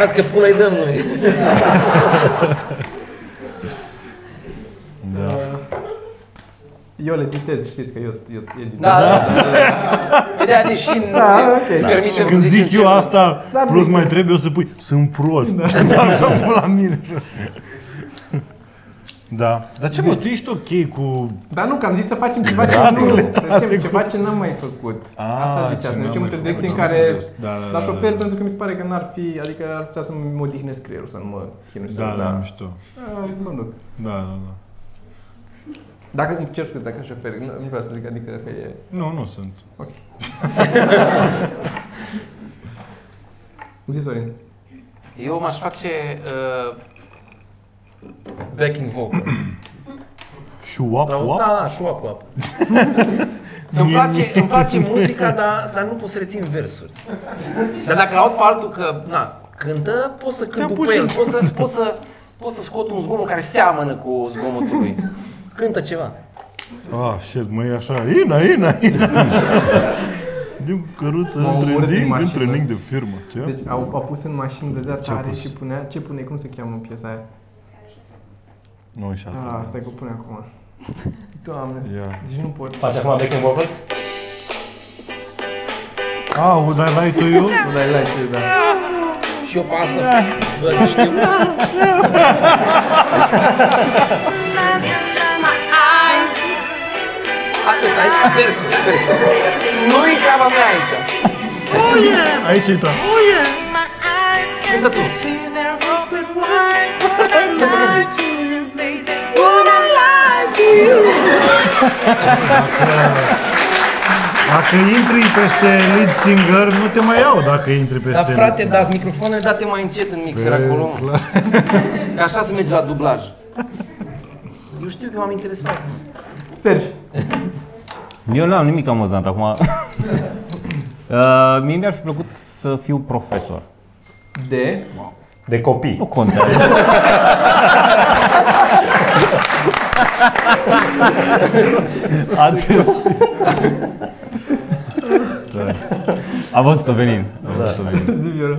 Las că pula-i dăm noi. Eu le dictez, știți că eu, eu editez. Da, da, da. De-aia, deși nu Da, ne- ok. ne Da. permitem să Când zicem zic eu ce- asta, Dar plus zic- mai trebuie, o să pui, sunt prost. Da, da, la mine. Da. Dar ce mă, tu ești ok cu... Dar nu, că am zis să facem ceva ce nu, să zicem ceva ce n-am mai făcut. A, Asta Ah, ce zicea, să ne n-am ducem mai într-o făcut, direcție în am care, înțeles. Da, da, la da, șofer, da. pentru că mi se pare că n-ar fi, adică ar putea să-mi modihnesc creierul, să nu mă chinui să Da, da, mișto. A, Mă duc. Da, da, da. Dacă îmi cer scuze, dacă șofer, nu, nu vreau să zic, adică că e... Nu, nu sunt. Zi, Sorin. Eu m-aș face uh, backing vocal. Și uap, Sau- uap? Da, da, șuap, uap. îmi, place, îmi place muzica, dar, dar nu pot să rețin versuri. Dar dacă aud pe altul că, na, cântă, pot să cânt Te-am după pus el. în- Pot să, pot, să, pot să scot un zgomot care seamănă cu zgomotul lui. Cântă ceva. Ah, shit, mă, e așa, ina, ina, ina. Din căruță, M-au între omorât din ning, mașină. între ning de firmă. Ce? Deci au, au pus în mașină de dea Da. Ce au tare pus? și punea, ce pune, cum se cheamă piesa aia? Nu, e Ah, așa. asta e că o pune acum. Doamne, Ia. deci nu pot. Faci acum backing vocals? Ah, would I lie to you? Nu dai like, da. Și eu pe asta vă nu știu. Atât, aici versul, versul. Nu-i treaba mea aici. da. Aici e ta. Cântă tu. Cântă, cântă. Dacă intri peste lead singer, nu te mai iau dacă intri peste Dar frate, lead dați microfoanele, date mai încet în mixer acolo. mă. Că așa se merge la dublaj. Eu știu că m-am interesat. Sergi, Eu n-am nimic amuzant acum. Uh, mie mi-ar fi plăcut să fiu profesor. de... De copii. Nu contează. Atât. Am văzut-o venind. Am văzut-o venind. Zi, Viola.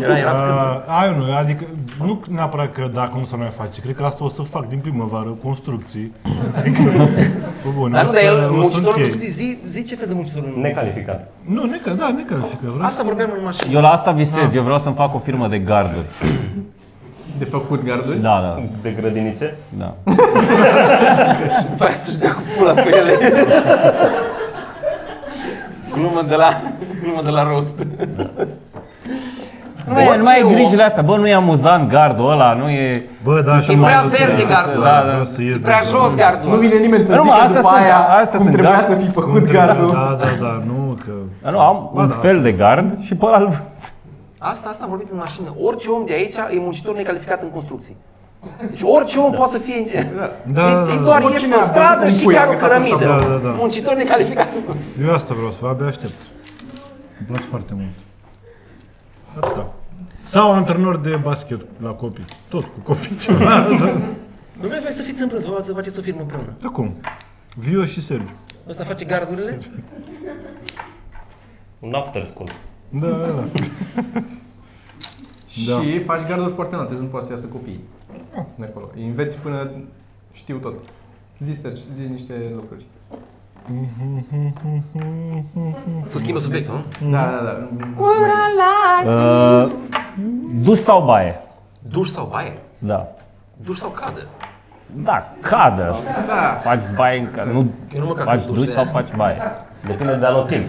Era, era Uh, ai nu, adică nu neapărat că dacă nu se mai face, cred că asta o să fac din primăvară, construcții. Adică, bă, bun, Dar o nu, să- dar el, o să muncitorul, închei. tu zi, zi ce fel de muncitor nu. Necalificat. Nu, necă, da, necă, și că vreau. Asta vorbeam în mașină. Eu la asta Da. visez, eu vreau să-mi fac o firmă de garduri. De făcut garduri? Da, da, De grădinițe. da. După aia să-și dea cu pula pe ele. glumă de la, glumă de la rost. Nu mai, nu mai ce ai om? grijile astea, bă, nu e amuzant gardul ăla, nu e... Bă, da, și E mai prea vreau să- verde gardul. Da, vreau să ies E prea de- jos Nu gardul. vine nimeni să Nu, mă, zică astea după sunt- aia astea cum sunt trebuia gard- să fi Cum făcut trebuie, gardul. Da, da, da, nu că... Da, Nu, am Bă, un da. fel de gard și pe ăla Asta, asta am vorbit în mașină. Orice om de aici e muncitor necalificat în construcții. Deci orice om poate să fie... Da, e, da, da, e da. doar Oricine ești a pe bătut stradă un și pui, chiar o a căcat în cărămidă. tabla. Da, da, da. Muncitor necalificat în construcții. Eu asta vreau să fac, abia aștept. Îmi place foarte mult. Atâta. Sau antrenor de basket la copii. Tot cu copii Da, ceva. Nu vreți voi să fiți împreună, să vă- să faceți o firmă împreună. Da cum? Vio și Sergiu. Ăsta face gardurile? Un after school. Da, da, da. Da. Și faci garduri foarte înalte, nu poate să iasă copiii. De acolo. Îi înveți până știu tot. Zi, Sergi, zi niște lucruri. Să schimbă subiectul, nu? Da, da, da. Uh, dus sau baie? Duș sau baie? Da. Duș sau cadă? Da, cadă. Da. Faci baie în cadă. Nu, Eu nu mă cac faci în duș duș de- sau faci baie. Depinde de anul timp.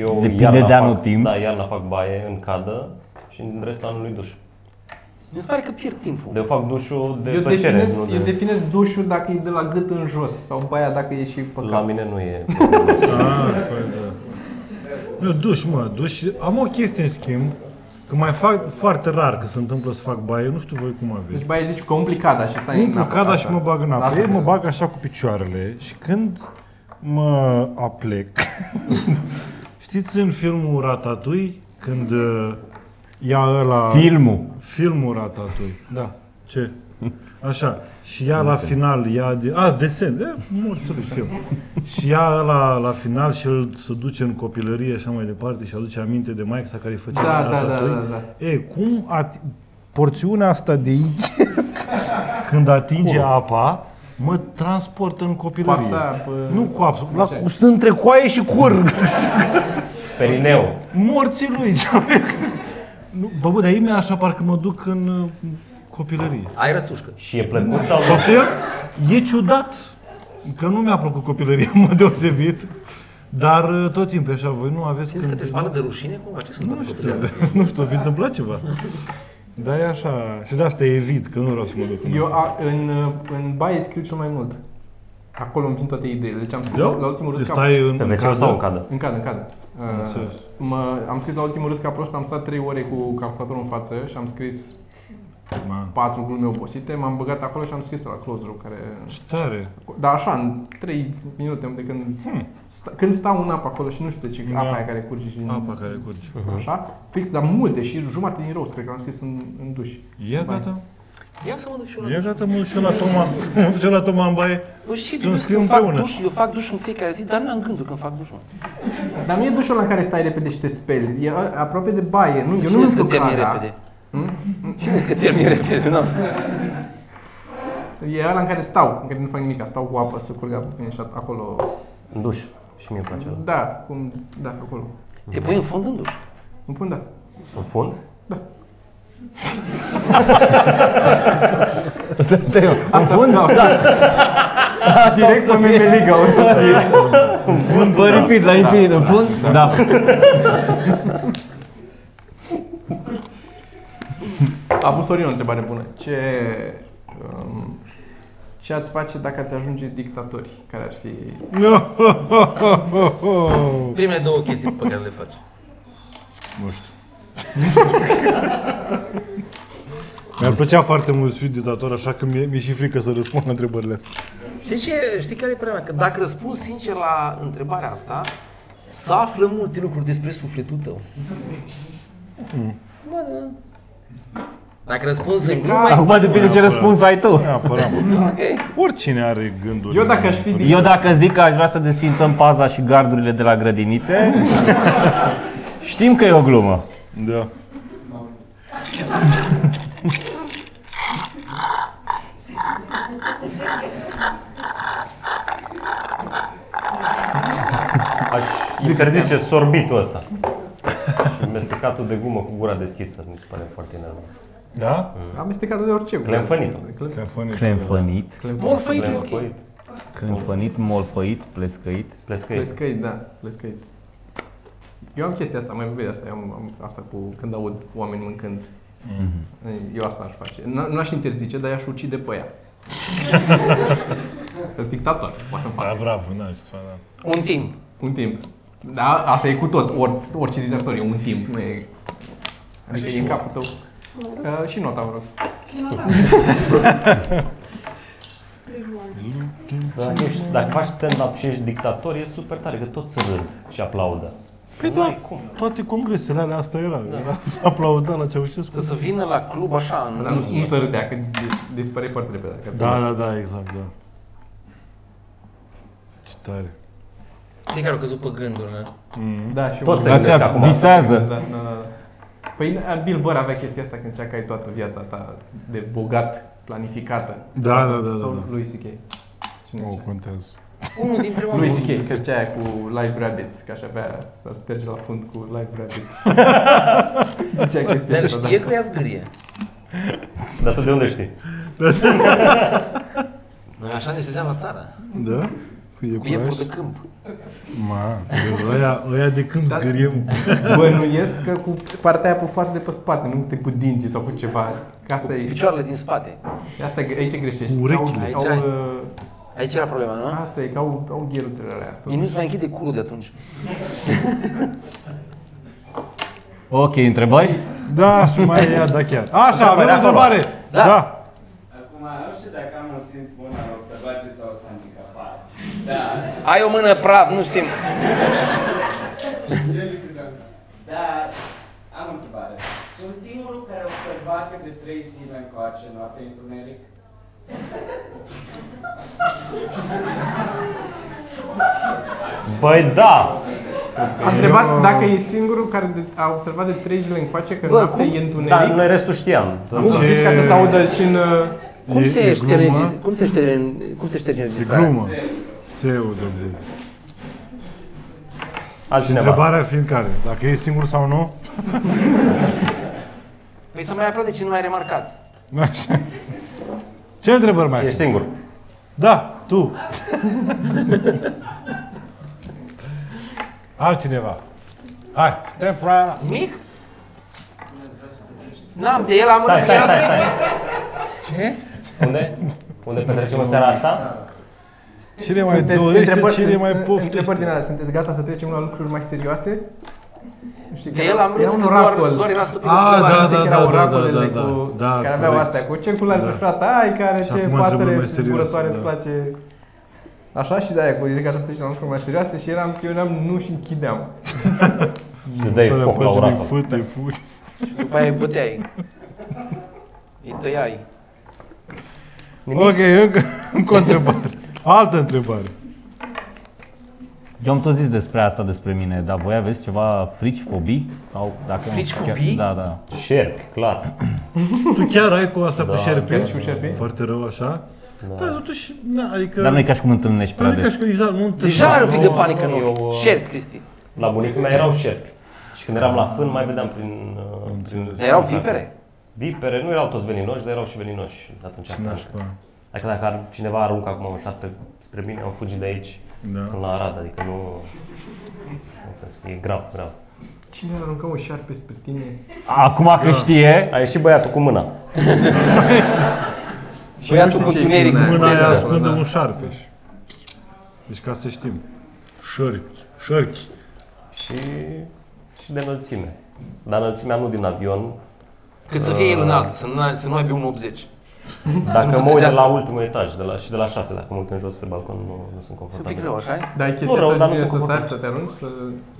Eu Depinde iarna de anul fac, timp. Da, iarna fac baie în cadă și în restul anului duș. Mi se pare că pierd timpul. De eu fac dușul de eu, plăcere, definez, nu de... eu definez dușul dacă e de la gât în jos sau baia dacă e și pe La cap. mine nu e. Eu duș, mă, duș. Am o chestie în schimb, că mai fac foarte rar că se întâmplă să fac baie, nu știu voi cum aveți. Deci baia zici complicada și stai Umplu cada și mă bag în apă. Eu mă bag. bag așa cu picioarele și când mă aplec, știți în filmul Ratatouille, când uh, ia ăla... Filmul. Filmul Ratatouille, da. Ce? Așa. Și ea la final, ea... De... A, desen, de, morțului film. și ea la, la final și îl se duce în copilărie și așa mai departe și aduce aminte de maica sa care îi făcea Da, da, da, Ratatouille. da, E, cum ati... porțiunea asta de aici, când atinge apa, mă transportă în copilărie. Coapsa aia pe- Nu coapsa, la, sunt între coaie și curg. Perineu. Morții lui. nu, bă, bă, dar e așa, parcă mă duc în uh, copilărie. Ai rățușcă. Și e plăcut sau nu? Poftim? E ciudat că nu mi-a plăcut copilăria în mod deosebit, dar uh, tot timpul e așa, voi nu aveți Simți că te când- spală de rușine? Cum ce sunt Nu știu, nu știu, vi întâmplat ceva. Dar e așa, și de asta evit, că nu vreau să mă duc. în- Eu a, în, în baie scriu cel mai mult. Acolo îmi vin toate ideile. Deci am scris Da? la ultimul râs ca... Stai în, Pe în wc cadă? sau în cadă? În cadă, în cadă. Uh, Înțeles. mă, am scris la ultimul râs ca prost, am stat 3 ore cu calculatorul în față și am scris Ma, patru glume obosite, m-am băgat acolo și am scris la close room, care... ce tare. Dar așa, în 3 minute, de când, hmm. sta, când stau în apă acolo și nu știu de ce, Da. apa aia care curge și... Apa care curge. Uh-huh. Așa, fix, dar multe și jumate din rost, cred că am scris în, în duș. Ia gata. Ia să mă duc și eu la Ia duș. gata, mă duc și eu la Toma. Mă duc și eu la Toma în baie. Bă, și Să-mi duc, scriu eu fac împreună. duș, eu fac duș în fiecare zi, dar nu am gândul când fac dușul. Dar nu e dușul la care stai repede și te speli, e a- aproape de baie, nu, eu Cine nu zice că duc termin la- repede? Cine zice că termin repede? Nu. E ăla în care stau, în care nu fac nimic, stau cu apă să curgă pe mine și at- acolo. În duș. Și mie îmi place ăla. Da, cum, da, acolo. Te pui în fund în duș. Îmi pun da. În fund? Sunt eu. În Asta, fund? da, Direct pe memeliga o să fie. Da. În Bă, repeat, la infinit. În fund? Da. A pus Sorin o întrebare bună. Ce, um, ce ați face dacă ați ajunge dictatori? Care ar fi... Primele două chestii pe care le faci. Nu știu. Mi-ar plăcea foarte mult să fiu dictator, așa că mi-e, mi-e și frică să răspund la întrebările astea. Știi, ce, știi care e problema? Că dacă răspunzi sincer la întrebarea asta, să află multe lucruri despre sufletul tău. Bă, da. Dacă răspunzi în glumă, ai- Acum depinde Da. ce răspuns ai tu. Neapărat, mă. ok. Oricine are gânduri. Eu dacă aș fi Eu dacă zic că aș vrea să desfințăm paza și gardurile de la grădinițe, știm că e o glumă. Da. Aș interzice sorbitul ăsta. Și mestecatul de gumă cu gura deschisă, mi se pare foarte nervos. Da? amestecat de orice. Clemfănit. Clem- Telefonul. Clenfănit, Morfăit e ok. Clemfăit, clenfănit, molfăit, plescăit. plescăit. Plescăit, da, plescăit. Eu am chestia asta, mai vorbit de asta, eu am, am asta cu când aud oameni mâncând. Mhm. Eu asta aș face. N- Nu aș interzice, dar i-aș ucide pe ea. Sunt dictator, poate să-mi fac. Da, bravo, n-aș să fac, da. Un timp. Un timp. Da, asta e cu tot, Or, orice dictator e un timp, nu e... Adică e în capul tău. Uh, și nota, vă rog. Da, nu știu, dacă faci stand-up și ești dictator, e super tare, că toți se râd și aplaudă. Păi da, toate congresele alea asta era. Da. era să aplauda la Ceaușescu. Să vină la club așa, în Dar nu, nu linie. se râdea, că dis- dispare foarte repede. Că Da, da, da, exact, da. Ce tare. Fiecare au căzut pe gânduri, ne? Da, și Toți eu- se gândesc Așa, acum. visează. Da, da, da. Păi Bill Burr avea chestia asta când zicea că ai toată viața ta de bogat, planificată. Da, da, da, da, Sau da. Oh, lui C.K. Cine Nu zicea? contează. Unul dintre păi, Lui oameni. C.K. că zicea aia cu Live Rabbits, că aș avea să merge la fund cu Live Rabbits. zicea chestia Dar asta, da. știe că ea zgârie. Dar tu de unde știi? Așa ne ștegeam la țară. Da? Cu Cu iepuri iepuraș? de câmp. Ma, ăia, ăia de când Da. zgâriem. Bănuiesc că cu partea aia pe față de pe spate, nu te cu dinții sau cu ceva. Că asta e, Picioarele din spate. asta e, aici greșești. Cu urechile. Au- Aici ai. au, uh, Aici era problema, nu? asta e, că au, au gheluțele alea. Ei nu-ți mai închide curul de atunci. Ok, întrebări? Da, și mai e ea, da chiar. Așa, avem o pare acolo. întrebare. Da. da. Acum, nu știu dacă am un simț bun al observației sau sunt handicapat. Dar, Ai o mână praf, nu știm. dar am o întrebare. Sunt singurul care a observat că de trei zile încoace noapte e întuneric? Băi, da! A întrebat dacă e singurul care de, a observat de 3 zile încoace că Bă, noaptea cum? e întuneric. Dar noi restul știam. Cum zis ca să se audă și în... uh, Cum E- se e șterge glumă? înregis- cum se șterge în- cum se șterge E înregistrarea? glumă. Seu, domnule. Altcineva. Întrebarea fiind care? Dacă e singur sau nu? Păi să mai aplaude ce nu ai remarcat. Așa. Ce întrebări mai E ai? singur. Da, tu. Altcineva. Hai, step right up. Mic? N-am de el, am Stai, stai, înțeles. stai, stai. Ce? Unde? Unde petrecem în seara asta? Cine mai sunteți dorește, întrebări- cine mai în- Întrebări din poftește? alea, sunteți gata să trecem la lucruri mai serioase? Nu știu, De el am râs era că un doar, oracol. doar era stupid. Ah, întrebare. da, Aminte da, că da, erau da, oracolele da, da, cu, da, care aveau corect. astea cu cercular Da. pe frate, ai care Și ce acum întrebări pasăre mai serioase, zburătoare îți da. place. Așa și de-aia cu gata să trecem la lucruri mai serioase și eram, eu eram nu și închideam. Nu dai foc la oracol. Fâte, furi. După aia îi băteai. Îi tăiai. Ok, încă, încă o întrebare. Altă întrebare. Eu am tot zis despre asta despre mine, dar voi aveți ceva frici, fobii? Sau dacă Frici, chiar- fobii? Da, da. Șerpi, clar. Tu chiar ai cu asta cu Deci șerpi? cu șerpi. Foarte rău așa. Da, totuși, na, adică... Dar nu e ca și cum întâlnești Dar prea nu e ca des. și cum, exact, nu te Deja are un pic de nu, panică în nu, eu, ochi. uh, Șerpi, Cristi. La bunicul meu erau șerpi. Și când eram la fân mai vedeam prin... uh, prin Erau vipere. Vipere, nu erau toți veninoși, dar erau și veninoși de atunci. Nașpa. Adică dacă ar, cineva arunca acum un șarpe spre mine, am fugit de aici până Da. la Arad, adică nu... nu cred că E grav, grav. Cine ar arunca un șarpe spre tine? Acum că știe, A ieșit băiatul cu mâna. Băiatul cu tuneric. Mâna aia Da. ascunde Da. un șarpe. Deci ca să știm. Șărchi, șărchi. Și, și de înălțime. Dar înălțimea nu din avion. Cât să fie el înalt, să nu, să nu aibă un 80. Dacă se mă uit de trezească. la ultimul etaj de la, și de la 6, dacă mă uit în jos pe balcon, nu, nu sunt Sunt un pic confortabil. greu, așa e? Dar e Nu chestia rău, asta dar nu de sunt să confortabil. sari, să te arunci, să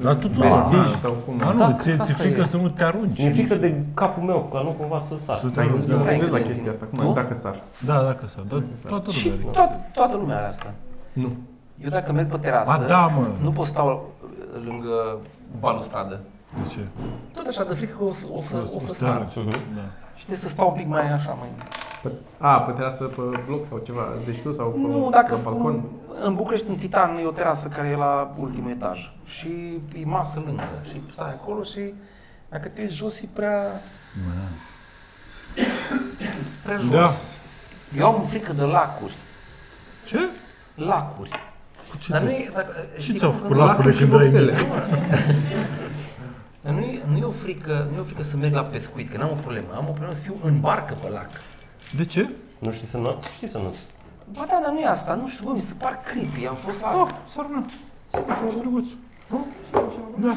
Dar tu tu te da, ridici sau cum. da, Da, nu, ți-e asta ți frică e. să nu te arunci. Mi-e frică de capul meu, ca nu cumva să sar. Să te Dar nu arunci. nu Da, mă Prea gândesc la încredere în chestia asta. tine. Cum? Tu? Dacă sar. da, dacă s-ar. Da, toată Și lumea. are. toată, toată lumea are asta. Nu. Eu dacă merg pe terasă, Ba da, mă. nu pot stau lângă balustradă. De ce? Tot așa de frică că o să, o să, o să te sar. arunci. Mhm. Da. Și trebuie să stau un pic mai așa, mai... Pe- A, pe terasă, pe bloc sau ceva, deci tu sau pe, Nu, dacă pe balcon. spun, în București, în Titan, e o terasă care e la ultimul etaj și e masă lângă și stai acolo și dacă te uiți jos e prea... prea jos. Da. Eu am frică de lacuri, Ce? lacuri. Cu ce Dar te... nu e, dacă, știi ți-au cum- făcut lacurile și când erai vopsele. mic? Dar nu e, nu e o frică, nu e o frică să merg la pescuit, că n-am o problemă. Am o problemă să fiu în barcă pe lac. De ce? Nu știi să înălți? Știi să înălți. Ba da, dar nu e asta, nu știu, bă, mi se par creepy, am fost la... Sar mea. Sunt ceva drăguț. Nu? Da.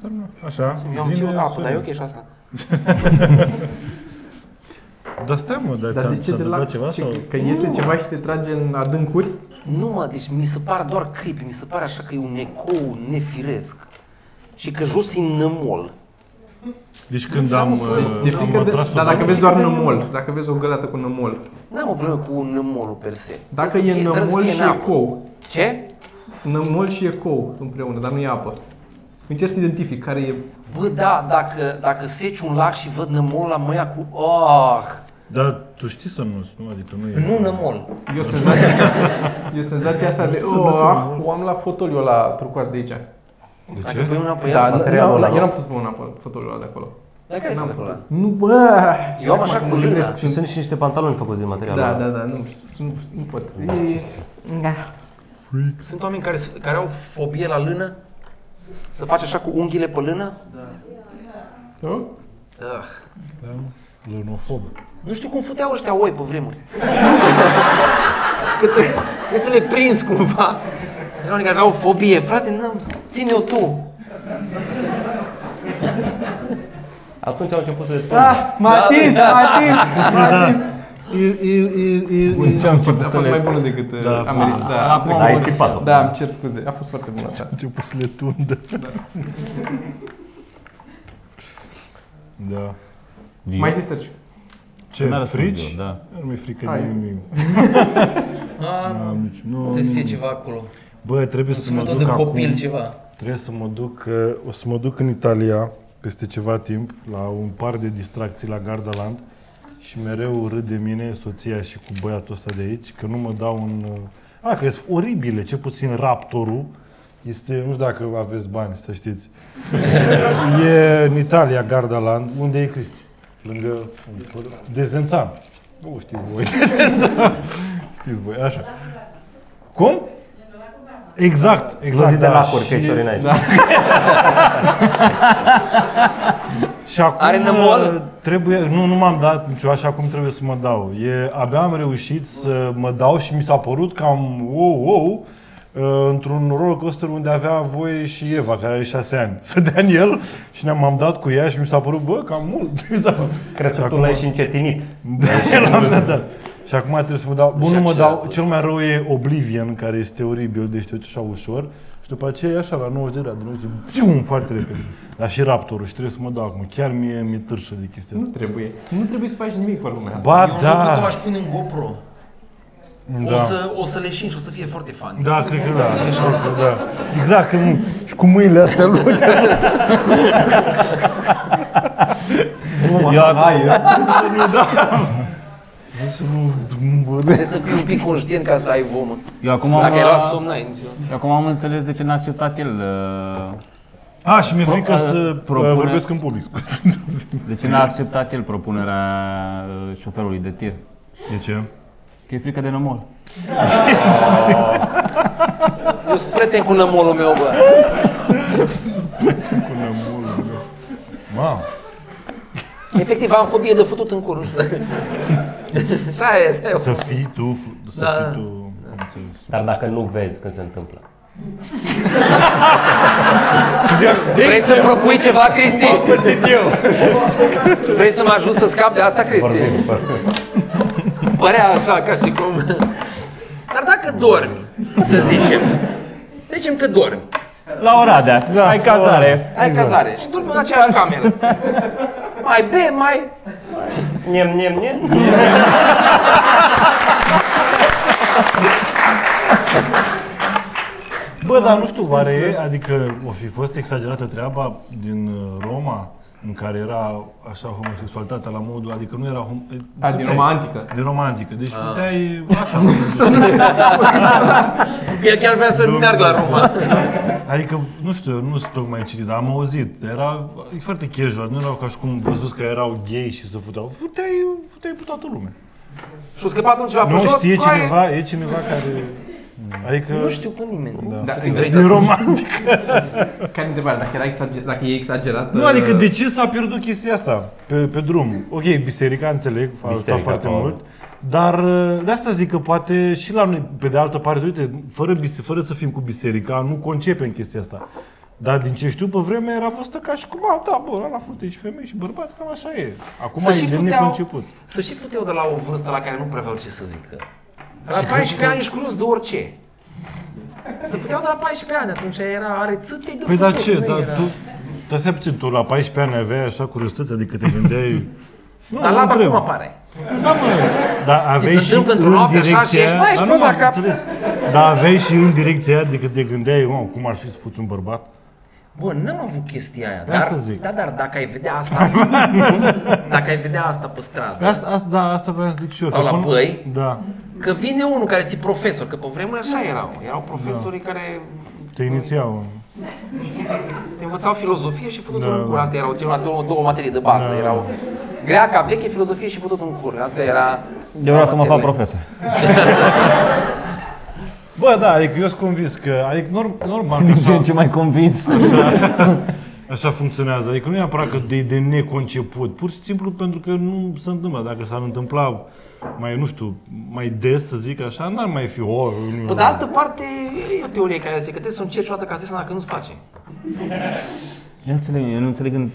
Sar mea. Așa. Eu am cerut zile apă, dar e sune. ok și asta. Dar stai mă, dar, Dar ți-a- de ce ți-a de la întâmplat ceva ce, sau? Păi, Că iese ceva și te trage în adâncuri? Nu mă, deci mi se pare doar creepy, mi se pare așa că e un ecou nefiresc. Și că jos e nămol. Deci când am, Deci ți-e uh, am frică de... atras-o Dar dacă de- vezi doar nămol, dacă vezi o găleată cu nămol, N-am o problemă cu nămolul per se. dacă Trebuie să e fie- trebuie să nămol fie și în apă. ecou, Ce? nămol și ecou împreună, dar nu e apă. Încerc să identific care e... Bă, da, dacă, dacă seci un lac și văd nămol la mâia cu... Ah, Dar tu știi să nu, nu adică nu e... nu nămol. E o senzație, e senzația asta de... Oh, o am la fotoliul ăla turcoaz de aici. De Dacă ce? pui mâna pe el, Da, da, materialul materialul ăla, ăla. nu? Eu n-am putut să pun mâna pe fotoliul ăla de acolo. Dar care e faza cu ăla? Nu, bă! Eu am așa cu lână. Și sunt și niște pantaloni făcuți din material. Da, ăla. da, da, nu, nu, nu pot. Sunt oameni care, s- care au fobie la lână? Să faci așa cu unghiile pe lână? Tu? Ah. Lunofob. Nu știu cum futeau ăștia oi pe vremuri. Că trebuie, trebuie să le prinzi cumva. Erau unii care aveau fobie. Frate, nu, ține-o tu. Atunci au început să le Ah, Matis, Da, Matis, Matis! Ce am început A să fost mai le... bună decât Da, da, America. Da, acum Da, ai țipat-o. Da, îmi cer scuze. A fost foarte bună da. ta. Început să le tundă. Da. Viu. Mai zi, Sergiu. Ce, N-a răspuns frici? eu, Da. Nu mi-e frică de Hai. nimic. N-am nici- nu, Trebuie să nu, fie nu. ceva acolo. Bă, trebuie să mă Sunt tot duc de acum. copil ceva. Trebuie să mă duc, uh, o să mă duc în Italia peste ceva timp la un par de distracții la Gardaland și mereu râd de mine soția și cu băiatul ăsta de aici că nu mă dau un... uh, A, că sunt oribile, ce puțin Raptorul este, nu știu dacă aveți bani, să știți. e în Italia, Gardaland. Unde e Cristi? Lângă Dezențan. Nu știți voi. știți voi, așa. Cum? Exact, exact. Exact, de da. lacuri, Și- că e Sorin aici. Și acum uh, Are nămol? trebuie, nu, nu m-am dat nicio așa cum trebuie să mă dau. E, abia am reușit să mă dau și mi s-a părut că am wow, wow, uh, într-un roller coaster unde avea voie și Eva, care are șase ani. Să dea în el și ne-am am dat cu ea și mi s-a părut, bă, cam mult. Mi s-a părut. Cred Și că tu acum- l-ai și încetinit. da, l-am dat, da. Și acum trebuie să mă dau... Bun, Și nu mă accelerat, dau... Cel mai rău e Oblivion, care este oribil, deci te duci așa ușor. Și după aceea e așa, la 90 de grade, nu știu, un foarte repede. Dar și Raptorul și trebuie să mă dau acum. Chiar mie mi-e târșă de chestia Nu asta. trebuie. Nu trebuie să faci nimic pe lumea asta. Ba, Eu am da! aș pune în GoPro. Da. O, da. să, o să leșin și o să fie foarte funny. Da, cred că da. cred că da. Exact, când, și cu mâinile astea lungi. Eu ac- Să nu da. Să nu... Trebuie să fii un pic conștient ca să ai vomă. Eu acum am, Dacă ai luat somn, n-ai nicio. eu acum am înțeles de ce n-a acceptat el uh, A, și mi-e frică Pro- să uh, propune- vorbesc în public. De ce n-a acceptat el propunerea uh, șoferului de tir? De ce? Că e frică de nămol. Eu sunt prieten cu nămolul meu, bă. Până mult. Wow. Efectiv, am fobie de fătut în cur, nu știu. Așa e, așa e. Să fii tu, f- să Da. fii tu, am înțeles. Dar dacă nu vezi când se întâmplă. Vrei să propui ceva, Cristi? eu. Vrei să mă ajut să scap de asta, Cristi? Vorbim după. Părea așa, ca și cum... Dar dacă dormi, să zicem, să zicem că dormi, La Oradea, da, ai cazare. ai Exact. cazare și dormi în aceeași cameră. Mai be, mai... Niem, niem, niem. Bă, dar nu știu, oare e, adică o fi fost exagerată treaba din uh, Roma, în care era așa homosexualitatea la modul, adică nu era hom... Da, din Roma antică. Din romantică, deci Ah. puteai așa, Că el chiar vrea să meargă la Roma. adică, nu știu, nu sunt tocmai citit, dar am auzit, era e foarte casual, nu erau ca și cum văzut că erau gay și se futeau, puteai, puteai pe toată lumea. Și-o scăpat un ceva pe Nu jos, știe coaie. cineva, e cineva care, adică, Nu știu pe nimeni. Da. Da. Să fim drept. din romantică. Care e întrebarea? Dacă, era exager- dacă e uh, exagerată... Nu, adică de ce s-a pierdut chestia asta pe, pe drum? Ok, biserica, înțeleg, a ajutat Biserica, foarte Paul. mult. Dar uh, de asta zic că poate și la noi, pe de altă parte, uite, fără, bise- fără să fim cu biserica, nu concepem chestia asta. Dar din ce știu, pe vremea era văzută ca și cum, a, da, bă, la fute și femei și bărbați, cam așa e. Acum Să e și de futeau. neconceput. Să și futeau de la o vârstă la care nu prea aveau ce să zică. De La 14 ani ești curios de orice. Să futeau de la 14 ani, atunci era, are țâței de Păi făcut, dar ce, nu dar era. tu, dar stai puțin, tu la 14 ani aveai așa curiozități, adică te gândeai... Nu, Dar nu laba trebuie. cum apare? Da, mă, dar Da, aveai se și întâmplă într-o în noapte așa direcția și ești, aia- bă, ești Dar nu prost la m-am cap. înțeles. Dar aveai și în direcția aia, decât te gândeai, mă, cum ar fi să fuți un bărbat? Bă, n-am avut chestia aia, De dar, asta zic. da, dar dacă ai vedea asta, dacă ai vedea asta pe stradă, Asta, asta, da, asta vreau să zic și eu. Sau că la până- băi. Da, că Da. vine unul care ți profesor, că pe vremuri așa erau, erau profesorii care te inițiau. Te învățau filozofie și Da, fătut un cur. Asta erau cele două, două materii de bază. Erau greaca veche, filozofie și fătut un cur. Asta era... Eu vreau să mă fac profesor. Bă, da, adică eu sunt convins că, adică norm, normal, Sunt că din ce așa, în ce mai convins. așa funcționează. Adică nu e neapărat că de, de neconceput, pur și simplu pentru că nu se întâmplă. Dacă s-ar întâmpla mai, nu știu, mai des, să zic așa, n-ar mai fi o... Pe de altă parte, e o teorie care zice că trebuie să încerci o dată ca să te dacă nu-ți place. Eu, înțeleg, eu nu înțeleg când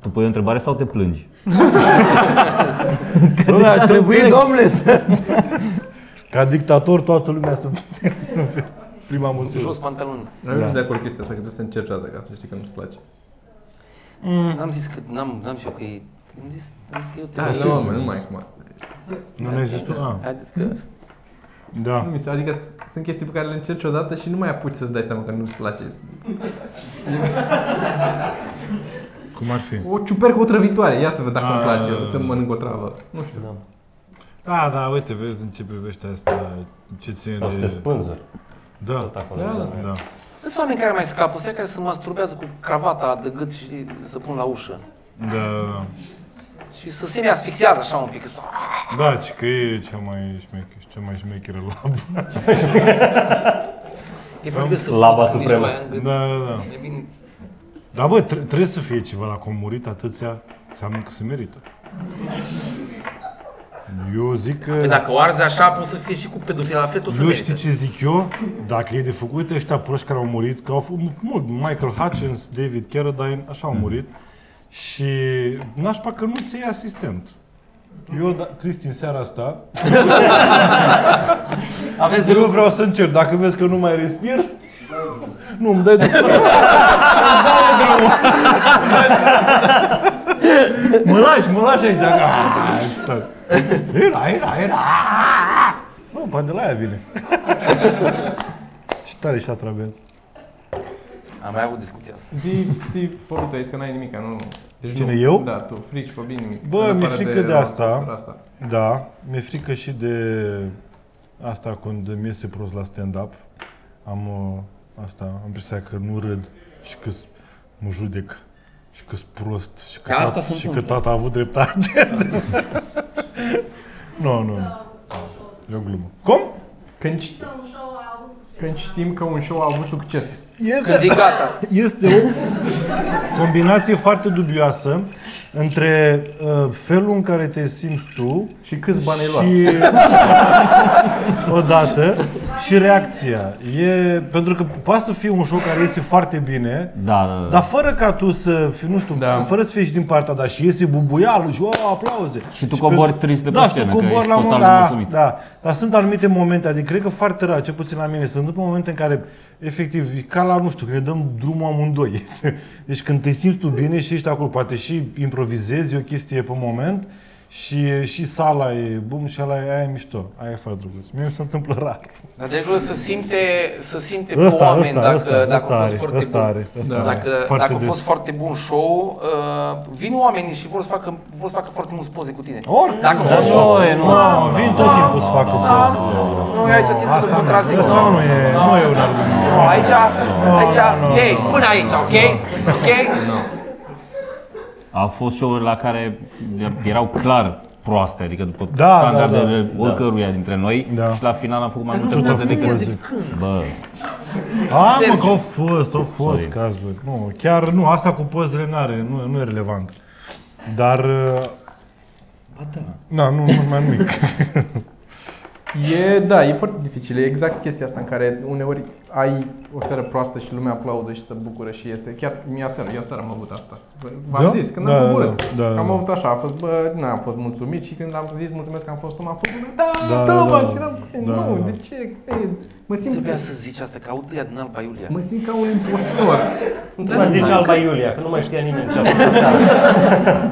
tu pui o întrebare sau te plângi. Nu, deja nu ar trebui, înțeleg. Deci, domnule, să... Ca dictator toată lumea să... Prima măsură. Jos pantaloni. Nu sunt de acord cu chestia asta, că trebuie să încerci asta ca să știi că nu-ți place. N-am zis că, n-am, n-am zis eu că e... Am zis, am zis că e o Da, teorie. nu, mă, nu mai acum. Nu ne-ai zis tu? Ah, Am zis că... Nu da. mi se, adică s- sunt chestii pe care le încerci odată și nu mai apuci să-ți dai seama că nu-ți place. Cum ar fi? O ciupercă otrăvitoare, ia să văd dacă îmi A. place, să mănânc o travă. Nu știu. Da, da, uite, vezi în ce privește asta, ce ține Sau să te de... spânzuri. Da, Tot acolo. exact. da, da. Sunt oameni care mai scapă, ăia care se masturbează cu cravata de gât și să pun la ușă. Da, Și să se asfixiază așa un pic. da, ci că e cea mai șmecheră, cea mai șmecheră labă. E frică să Laba fuți când ești supremă. la ea în gât. Da, da, da. E bine. Da, bă, tre- trebuie să fie ceva, dacă am murit atâția, înseamnă că se merită. Eu zic Păi că... dacă o arzi așa, poți să fie și cu pedofila fet, o să Eu merită. știi ce zic eu? Dacă e de făcut ăștia proști care au murit, că au fost mult, Michael Hutchins, David Carradine, așa au murit, și nașpa că nu ți iei asistent. Eu, da, Cristi, în seara asta, Aveți de eu lucru. vreau să încerc. Dacă vezi că nu mai respir, nu, îmi dai drumul. Îmi dai drumul. Îmi dai drumul. Mă lași, mă lași aici. Ah, stai. Era, era, era. Nu, poate de la aia vine. Ce tare și atrabent. Am mai avut discuția asta. Zi, zi fobii tăi, că n-ai nimic, nu... Deci Cine, nu. eu? Da, tu, frici, fobii, nimic. Bă, În mi-e afară frică de asta. rău, asta. Da, mi-e frică și de asta când mi iese prost la stand-up. Am uh, asta, am impresia că nu râd și că s- mă judec și că sunt prost și că, Că asta tata, se și că întâmplă. tata a avut dreptate. nu, nu, nu. E o glumă. Cum? Când, ști- când știm că un show a avut succes. Este, Când e gata. este o combinație foarte dubioasă între uh, felul în care te simți tu Și câți bani ai luat? și odată și reacția. E, pentru că poate să fie un joc care iese foarte bine, Da, da, da. dar fără ca tu să fii, nu știu, Da. da. fără să fii și din partea ta și iese bubuialul și o, aplauze. Și tu cobori pentru- trist de pe da, scenă, și tu că cobori ești la total mult, da, nemulțumit. da, dar sunt anumite momente, adică cred că foarte rar, cel puțin la mine, se întâmplă momente în care efectiv, e ca la, nu știu, când ne dăm drumul amândoi. Deci când te simți tu bine și ești acolo, poate și improvizezi e o chestie pe moment și, și sala e bum și ala e, aia e mișto, aia e foarte drăguț. Mie mi se întâmplă rar. Dar de regulă să simte, să simte pe Ăsta, oameni ăsta, dacă, ăsta, dacă ăsta a fost are, foarte ăsta bun. are, Da. ăsta are. Dacă, Da. Foarte dacă a des. fost foarte bun show, uh, vin oamenii și vor să facă, vor să facă foarte mulți poze cu tine. Ori, Dacă a fost Da. Nu, show, e, nu, Mamă, nu, Da. vin nu, tot nu, timpul nu, să facă nu, poze. nu, nu, nu. Da. nu, aici țin să vă contrazic. Asta nu e, nu e un argument. Nu, Aici, aici, ei, până aici, ok? Ok? Au fost show-uri la care erau clar proaste, adică după da, standardele oricăruia dintre noi Da. și la final am făcut mai multe nu poze mai decât... zic. Bă, A, mă, Sergiu. că au fost, au fost Sorry. cazuri. Nu, chiar nu, asta cu pozele n-are, nu, nu e relevant. Dar... uh, Da, nu, nu mai am nimic. E, da, e foarte dificil. E exact chestia asta în care uneori ai o seară proastă și lumea aplaudă și se bucură și iese. Chiar mie aseară, eu aseară am avut asta. V-am Da? zis, când Da, am da, bucurat. da, da, am da. avut așa, a fost, bă, n-am fost mulțumit și când am zis mulțumesc că am fost om, am fost, da, Da, da, da, da, da. mă, și eram, bă, Da, nu, da. de ce? E, mă simt, Trebuia să zici asta, că aud ea din Alba Iulia. mă simt ca un impostor. Nu să da, zici Alba Iulia, că nu mai știa nimeni ce a făcut seara.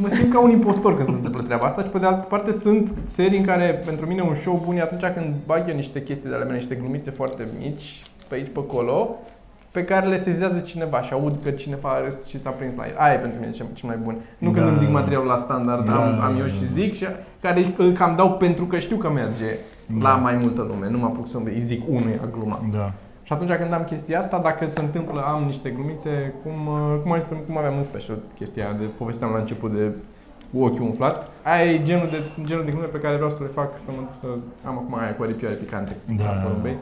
Mă simt ca un impostor când se întâmplă treaba asta și pe de altă parte sunt serii în care pentru mine un show bun e atunci când bag eu niște chestii de ale mele, niște glumițe foarte mici, pe aici, pe acolo, pe care le sezează cineva și aud că cineva a râs și s-a prins la el. Aia e pentru mine cel, cel mai bun. Nu când Da. îmi zic materialul la standard, Da. am, am eu și zic, și care îl cam dau pentru că știu că merge la mai multă lume. Nu mă apuc să îi zic unuia gluma. Da. Și atunci când am chestia asta, dacă se întâmplă, am niște glumițe, cum, uh, cum, ai, să- cum aveam în special chestia aia de povesteam la început de cu ochiul umflat. Aia e genul de, sunt genul de glume pe care vreau să le fac, să, mă, să am acum aia cu aripioare picante, Da. la porumbei.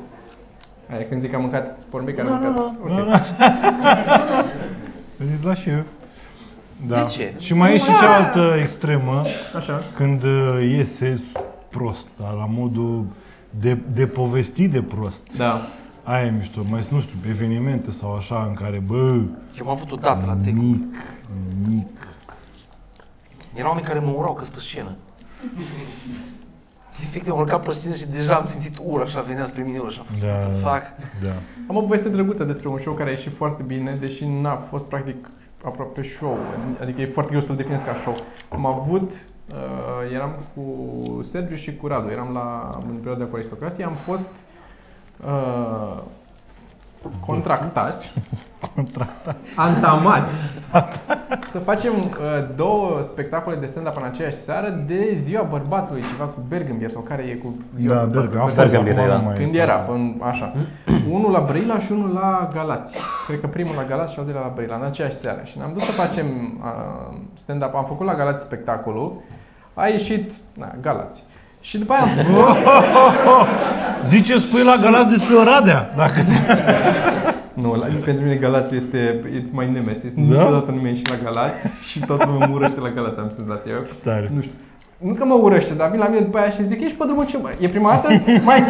Aia când zic că am mâncat porumbei, care am mâncat. ok. Vedeți, da și eu. Da. De ce? Și mai e și cealaltă extremă, Așa. când uh, iese prost, dar la modul de, de povesti de prost. Da. Aia e mișto, mai sunt, nu știu, evenimente sau așa în care, bă, Eu am avut o dată la Tec. nimic, nimic. Erau oameni care mă urau că pe scenă. Efectiv, am urcat pe scenă și deja am simțit ura, așa venea spre mine ura și am fost, Da. what the fuck? Da. Am o poveste drăguță despre un show care a ieșit foarte bine, deși n-a fost practic aproape show, adică e foarte greu să-l definesc ca show. Am avut, uh, eram cu Sergiu și cu Radu, eram la, în perioada cu aristocrație, am fost uh, contractați, antamați, să facem uh, două spectacole de stand-up în aceeași seară de ziua bărbatului, ceva cu Bergenbier sau care e cu ziua Da, bărbatului. Berga, a fost Berga Mirela. acum, nu mai Când este. era, până, așa. unul la Brăila și unul la Galați. Cred că primul la Galați și al doilea la Brăila, în aceeași seară. Și ne-am dus să facem uh, stand-up. Am făcut la Galați spectacolul. A ieșit, na, Galați. Și după aia am fost... Zice, spui la Galați despre Oradea, dacă nu, la, pentru mine Galați este it's my nemesis. Da? Da? Niciodată nu mi-a ieșit la Galați și tot lumea mă urăște la Galați, am senzația. Eu tare. nu știu. Nu că mă urăște, dar vin la mine după aia și zic, ești pe drumul ce mai... E prima dată? Mai,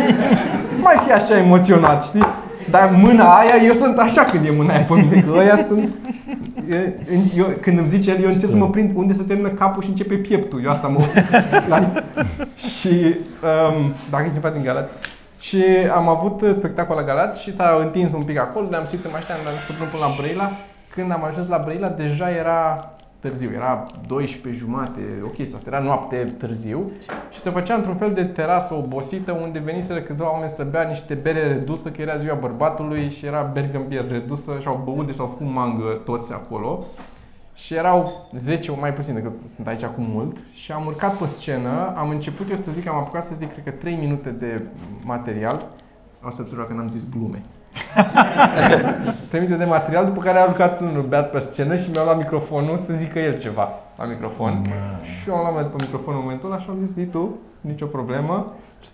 mai fi așa emoționat, știi? Dar mâna aia, eu sunt așa când e mâna aia pe mine, că ăia sunt... e- în- Eu, când îmi zice el, eu încep să mă prind unde se termină capul și începe pieptul. Eu asta mă... La, și um, dacă e cineva din Galați. Și am avut uh, spectacol la Galați și s-a întins un pic acolo, ne-am suit în mașină, ne-am dus pe drum până la Brăila. Când am ajuns la Brăila, deja era târziu, era 12 jumate, o chestie asta, era noapte târziu și se făcea într-un fel de terasă obosită unde veniseră câțiva oameni să bea niște bere redusă, că era ziua bărbatului și era bergambier redusă și au băut de s-au făcut mangă toți acolo. Și erau 10, mai puțin decât sunt aici acum mult și am urcat pe scenă, am început eu să zic, am apucat să zic, cred că 3 minute de material. O să observa că n-am zis glume. 3 minute de material, după care a urcat un beat pe scenă și mi-a luat microfonul să zică el ceva la microfon. Și eu am luat pe microfon în momentul ăla și am zis, zi tu, nicio problemă.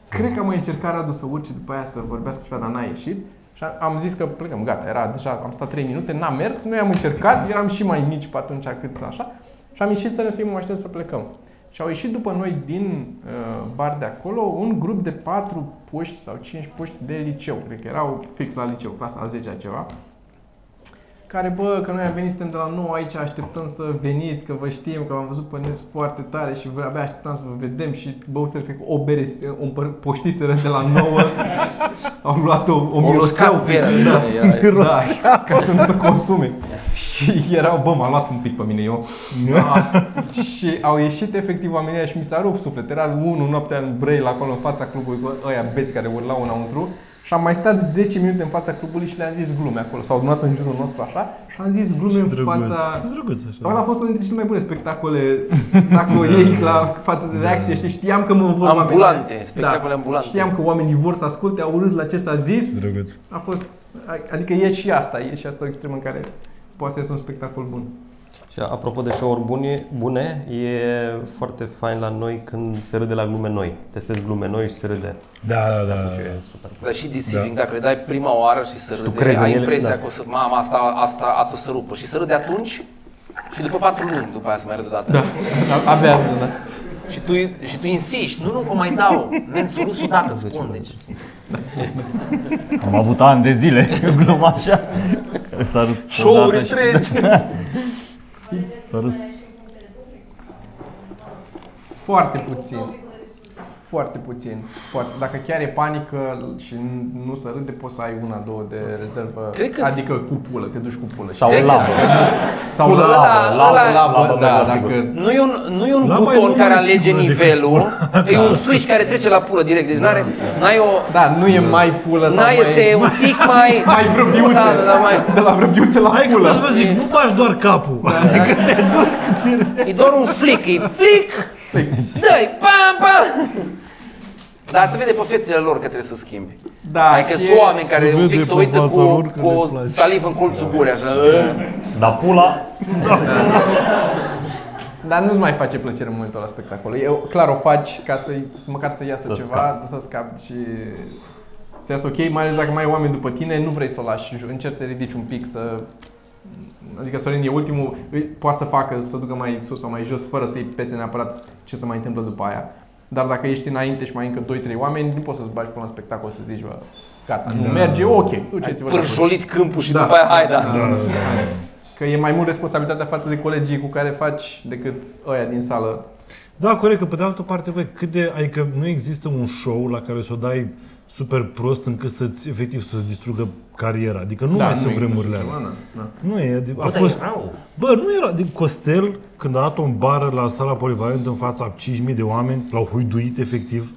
Cred că am mai încercat Radu să urce după aia să vorbească ceva, dar n-a ieșit. Și am- am zis că plecăm, gata, era deja, am stat 3 minute, n-am mers, noi am încercat, eram și mai mici pe atunci cât așa. Și am ieșit să ne suim în mașină să plecăm. Și au ieșit după noi din uh, bar de acolo un grup de patru puști sau cinci puști de liceu, cred că erau fix la liceu, clasa a 10 ceva care, bă, că noi am venit, suntem de la nou aici, așteptăm să veniți, că vă știm, că v-am văzut pe net foarte tare și vă abia așteptam să vă vedem și băuseră, cred că o bere, se- o împăr- poștiseră de la nouă, au luat o, o O miroseau uscat pe vera. Da, era- da, ca să nu se consume. Și erau, bă, m-a luat un pic pe mine eu. Da. și au ieșit efectiv oamenii ăia și mi s-a rupt suflet. Era unul noaptea în Brăila, acolo în fața clubului, cu ăia beți care urlau înăuntru. Și am mai stat 10 minute în fața clubului și le-am zis glume acolo. S-au adunat în jurul nostru așa și am zis glume în Drăguț. fața Drăguț așa. Ăla a fost unul dintre cele mai bune spectacole Dacă ei la față de Da. reacție știi, Știam că mă vor oamenii. Ambulante, spectacole ambulante. Da. Știam că oamenii vor să asculte, au urât la ce s-a zis Drăguț. a fost, adică e și asta, e și asta o extremă în care poate să iasă un spectacol bun. Și apropo de show-uri bune, bune, e foarte fain la noi când se râde la glume noi. Testezi glume noi și se râde. Da, da, da. da. E super. Dar și deceiving, dacă le dai prima oară și să râde, Da. crezi în ai ele, impresia da. că o să, mama, asta, asta, asta o să rupă. Și să râde atunci și după patru luni, după aia să mai râde o dată. Da. Abia da. Și tu, și tu insiști, nu, nu, că mai dau. Nen, să râs odată, îți da. spun. Deci, Am avut ani de zile, gluma așa, care s-a râs show-uri odată și- întregi. S-a râs. Foarte puțin. Foarte puțin. Foarte. Dacă chiar e panică și nu se râde, poți să ai una, două de rezervă. Cred că s- adică cu pulă, te duci cu pulă. Sau Cred că labă. sau pulă, labă, ăla- labă, ăla- labă, labă, da, mai dacă... sigur. Nu e un, nu e un La mai buton mult care mai alege adică. sigur decât- nivelul, e un switch care trece la pulă direct, deci n-are, n-ai o... Da, nu e mai pulă sau n mai... este un pic mai... Mai vrăbiuță. Da, da, da, mai... De la vrăbiuță la Hai că pulă. vreau să vă zic, nu bași doar capul. Adică te duci cât e. E doar un flic, e flic, dai, pam, pam! Dar se vede pe fețele lor că trebuie să schimbi. Da, adică și sunt oameni care se un pic vede se pe uită fața cu, lor că cu le o place. Da. salivă în colțul gurii, așa. ă, Dar Da, pula, Dar nu-ți mai face plăcere în momentul ăla spectacolului. Eu, clar, o faci ca să, să măcar să iasă Să ceva, să scap și să iasă ok, mai ales dacă mai ai oameni după tine, nu vrei să o lași în jur, încerci să ridici un pic, să... Adică Sorin e ultimul, îi- poate să facă, să ducă mai sus sau mai jos, fără să-i pese neapărat ce se mai întâmplă după aia. Dar dacă ești înainte și mai ai încă 2-3 oameni, nu poți să-ți bagi până la spectacol să zici, bă, gata, nu merge, ok, Ai duceți-vă. de acolo. pârjolit câmpul și după aia, hai, da. Că e mai mult responsabilitatea față de colegii cu care faci decât ăia din sală. Da, corect, că pe de altă parte, băi, cât de, adică nu există un show la care să o dai super prost încât să-ți, efectiv, să-ți distrugă cariera. Adică nu da, mai sunt există vremurile așa alea. ceva, na, na. Nu e, adică a fost... Bă, nu era, din Costel, când a dat o bară la sala polivalent în fața a 5.000 de oameni, l-au huiduit efectiv.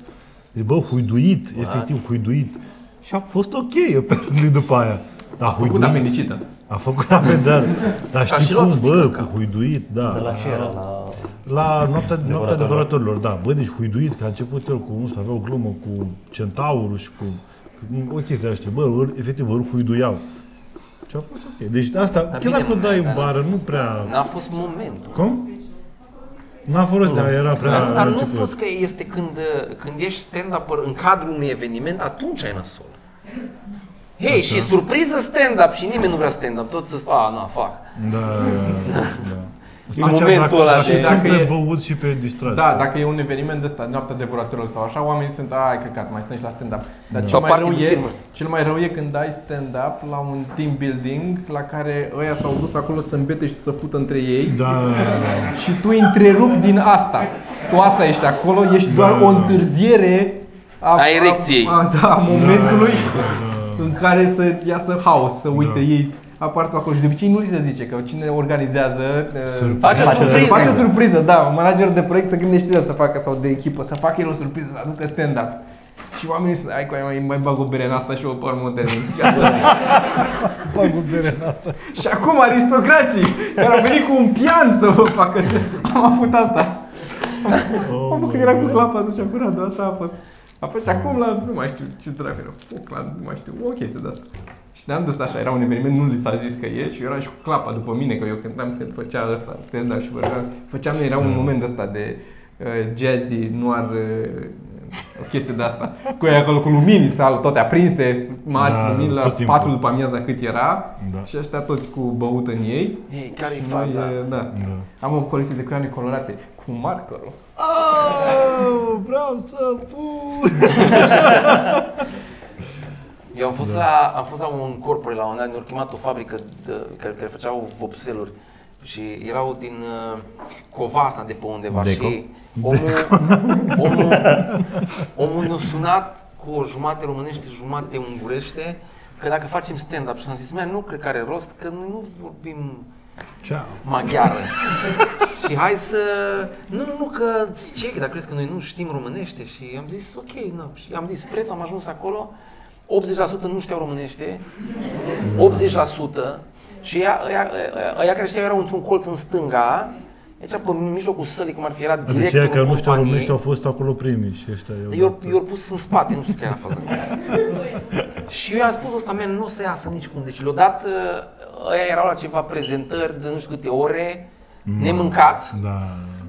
Deci, bă, huiduit, efectiv, huiduit. Și a fost ok, apparently, după aia. Dar Făcut huiduit, apendicită. a făcut amendar. Dar și știi luat o cum, sticlă bă, în cap. cu huiduit, da. de la ce era? La... La noaptea, noaptea Devoratorilor. devoratorilor, da. Bă, deci huiduit, că a început el cu, nu știu, avea o glumă cu centaurul și cu cu o chestie de știi, bă, îl, efectiv, îl huiduiau. Și a fost ok. Deci asta, chiar bine, dacă o dai dar în n-a bară, nu prea... N-a fost momentul. Cum? N-a fost, dar era prea... Dar, dar nu a început. fost că este când, uh, când ești stand-up ă, în cadrul unui eveniment, atunci ai nasol. Hei, și surpriză stand-up și nimeni nu vrea stand-up, tot să a, nu, fac. Da, da, da, da. În momentul ăla de... de- Sunt dacă pe e- băut și pe distrat. Da, dacă e un eveniment ăsta, noaptea devoratorilor sau așa, oamenii sunt, ai căcat, mai stăm și la stand-up. Dar cel Da. Sau mai, party rău de e, firmă. cel mai rău e când ai stand-up la un team building la care ăia s-au dus acolo să îmbete și să fută între ei Da, da, da. și tu întrerupi din asta. Tu asta ești acolo, ești doar Da. o întârziere a, A erecției. A, a, da, a momentului în care să iasă haos, să uite ei apar tu acolo și de obicei nu li se zice că cine organizează uh, Face o Face să surpriză. facă surpriză, da, un manager de proiect să gândește el să facă sau de echipă, să facă el o surpriză, să aducă stand-up. Și oamenii să, ai cu aia, mai, mai bag o bere în asta și o parmă mă termin. Bag o bere în apă. și acum aristocrații care au venit cu un pian să vă facă, am avut asta. Am oh, când era cu clapa atunci curată, așa a fost. A fost și acum la, nu mai știu ce dracu era, foc la, nu mai știu, o chestie de asta. Și ne-am dus așa, era un eveniment, nu li s-a zis că e și eu eram și cu clapa după mine, că eu cântam când făcea ăsta, stand și vorbeam. Făceam, era Da. un moment ăsta de uh, jazzy, noir, uh, o chestie de asta. Cu ei acolo cu lumini, sală, toate aprinse, mari Da, da, lumini la tot timpul. 4 după amiaza cât era Da. da. și ăștia toți cu băut în ei. Hei, care-i Noi, faza? uh, da. Da. Am o colecție de creioane colorate cu markerul. Oh, Au, vreau să fug! Eu am fost, la, am fost la un corpore la un moment dat, ne-au chemat o fabrică de, care, care făceau vopseluri și erau din uh, Covasna de pe undeva Deco? și omul, omul, omul ne-a sunat cu o jumate românește, jumate ungurește că dacă facem stand-up și am zis, mea, nu cred că are rost, că noi nu vorbim Ceau! maghiară. și hai să... Nu, nu, că ce, că dacă crezi că noi nu știm românește și am zis ok, nu. Și am zis preț, am ajuns acolo, 80% nu știau românește, 80% și ea, ea, ea, ea care știau erau într-un colț în stânga, aici pe mijlocul sălii, cum ar fi era Adică directorul cei care nu știu companiei. românești au fost acolo primii și ăștia Eu i-au pus în spate, nu știu care era faza. și eu i-am spus ăsta, man, nu o să iasă nicicum. Deci le-o dat, uh, ăia erau la ceva prezentări de nu știu câte ore, nemâncați. Da,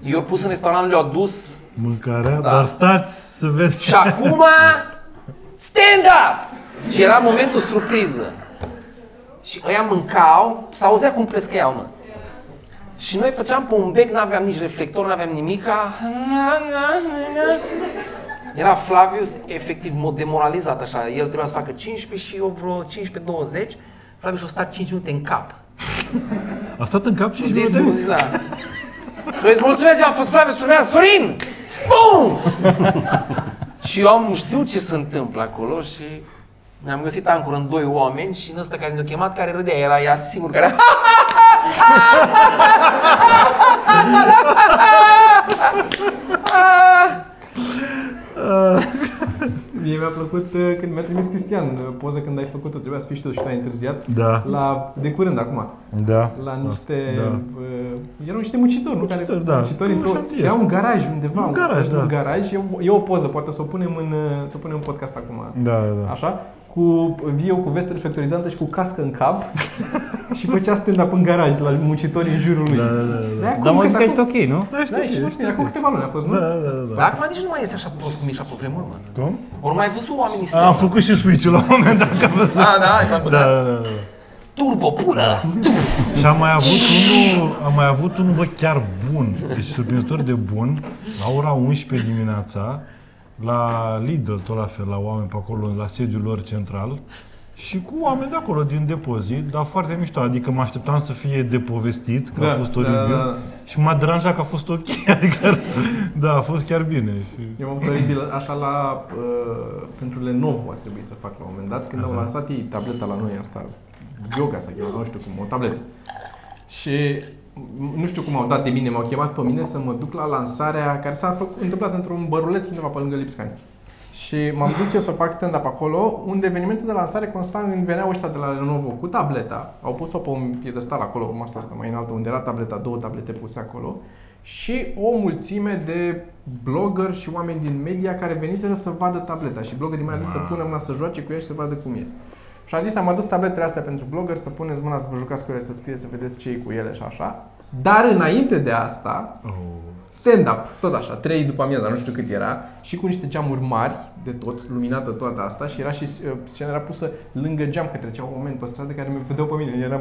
Eu i pus în restaurant, le-au dus mâncarea, dar stați să vedeți. și acum, stand up! Și era momentul surpriză. Și ăia mâncau, s-auzea cum plescăiau, mă. Și noi făceam pe un bec, n-aveam nici reflector, n-aveam nimica. Era Flavius, efectiv, mo- demoralizat așa. El trebuia să facă 15 și eu vreo 15-20. Flavius a stat 5 minute în cap. A stat în cap și Și zis, de- nu, zis, da. Și eu zis, mulțumesc, eu am fost Flavius, urmează Sorin! Bum! și eu am știut ce se întâmplă acolo și mi-am găsit ancor în doi oameni și în ăsta care ne-a chemat, care râdea, era ea singur, care... Mie mi-a plăcut uh, când mi-a trimis Cristian uh, poză când ai făcut-o, trebuia să fii și tu și tu ai întârziat. Da, La, de curând acum, da. la niște, Da. uh, erau niște muncitori, nu? Muncitori, da. Muncitori Un într-o, șantier. era un garaj undeva. Un garaj, da. Un garaj, e, o- e o poză, poate o să o punem în, uh, să o punem în podcast acum. Da, da, da. Așa? Cu viu, cu vestă reflectorizantă și cu cască în cap și făcea stand-up în garaj la muncitorii în jurul lui. Da, da, da, da. De acum, Dar mă când zic că ești acum- ok, nu? Da, Da, ești ok, acum câteva luni a fost, nu? Da, da, da, da. Dar acum nici nu mai este așa prost cum ești pe vremuri, mă. Cum? Ori mai ai văzut oamenii stânga. Am făcut și switch-ul la un moment dat. Da, da, ai făcut. Da, Da. da, da, da. Turbo, pulă! Și am mai avut unul, am mai avut unul, bă, chiar bun, deci surprinzător de bun, la ora 11 dimineața, la Lidl, tot la fel, la oameni pe acolo, la sediul lor central, și cu oameni de acolo, din depozit, dar foarte mișto, adică mă așteptam să fie depovestit, că Da, a fost oribil, da, da, da. și m-a deranjat că a fost ok, adică, da, a fost chiar bine. Și... Eu am avut oribil așa la... Uh, pentru Lenovo a trebuit să fac la un moment dat, când au lansat ei tableta la noi asta, yoga să chema, sau nu știu cum, o tabletă. Și m- nu știu cum au dat de mine, m-au chemat pe mine să mă duc la lansarea care s-a făcut, întâmplat într-un băruleț undeva pe lângă Lipscani. Și m-am dus eu să fac stand-up acolo, unde evenimentul de lansare consta în veneau ăștia de la Lenovo cu tableta. Au pus-o pe un piedestal acolo, pe masa asta mai înaltă, unde era tableta, două tablete puse acolo. Și o mulțime de blogger și oameni din media care veniseră să vadă tableta. Și bloggerii mai ales să pună mâna să joace cu ea și să vadă cum e. Și a zis, am adus tabletele astea pentru blogger să puneți mâna să vă jucați cu ele, să scrieți, să vedeți ce e cu ele și așa. Dar înainte de asta, Oh. stand-up, tot așa, 3 după amiaza, nu știu cât era, și cu niște geamuri mari de tot, luminată toată asta și era și uh, scena era pusă lângă geam, că treceau oameni pe stradă care mi vedeau pe mine, eram...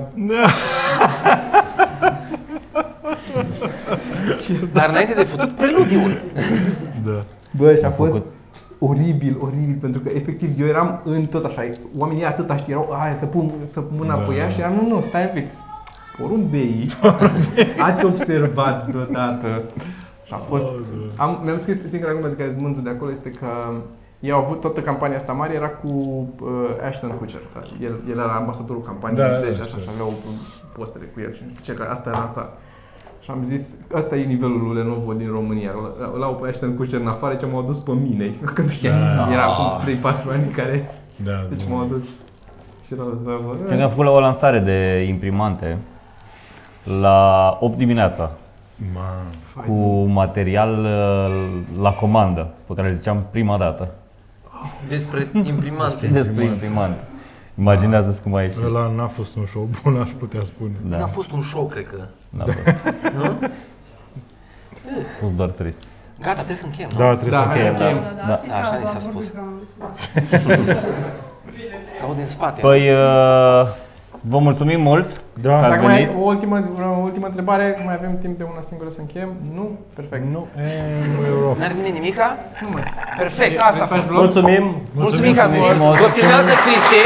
Dar înainte de făcut, preludiul. Da. Bă, și a fost oribil, oribil, pentru că efectiv eu eram în tot așa, oamenii atâta știu, erau, aia, să pun, să pun mâna Da. pe ea și eram, nu, nu, stai un pic, porumbei, ați observat vreodată. Și a fost Am, mi-am scris singura glumă de care sunt mândru de acolo este că ei au avut toată campania asta mare, era cu uh, Ashton Kutcher. El, el era ambasadorul campaniei, Da, da, da, deci da, așa, știu. și aveau postere cu el și nu știu ce, că asta era sa. Și am zis, asta e nivelul lui Lenovo din România. Îl- Îl au pe Ashton Kutcher în afară, ce m-au dus pe mine. Că nu știam, Da. era acum 3-4 ani care, Da, deci da. m-au dus. Și era la Știu că am făcut la o lansare de imprimante la 8 dimineața Man. cu material uh, la comandă, pe care le ziceam prima dată. Despre imprimante. Despre imprimante. Imaginează-ți cum a ieșit. Ăla n-a fost un show bun, aș putea spune. Da. A Da, fost un show, cred că. n-a fost. A fost doar trist. Gata, trebuie să închem. nu? Da, trebuie Da, să hai să încheiem. Da. Da, așa ni s-a spus. Se aude în spate. Păi, uh, vă mulțumim mult Da. că ați Dacă mai ai venit. o ultimă, o ultimă întrebare, mai avem timp de una singură să încheiem? Nu? Perfect. Nu, e, nu e rău. N-ar nimeni nimica? Nu mai. Perfect, asta a fost. Vrei să faci vlog? Mulțumim! Mulțumim că ați venit. Vă filmează Cristi.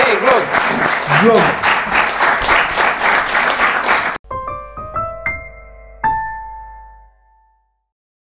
Hei, Glod! Vlog.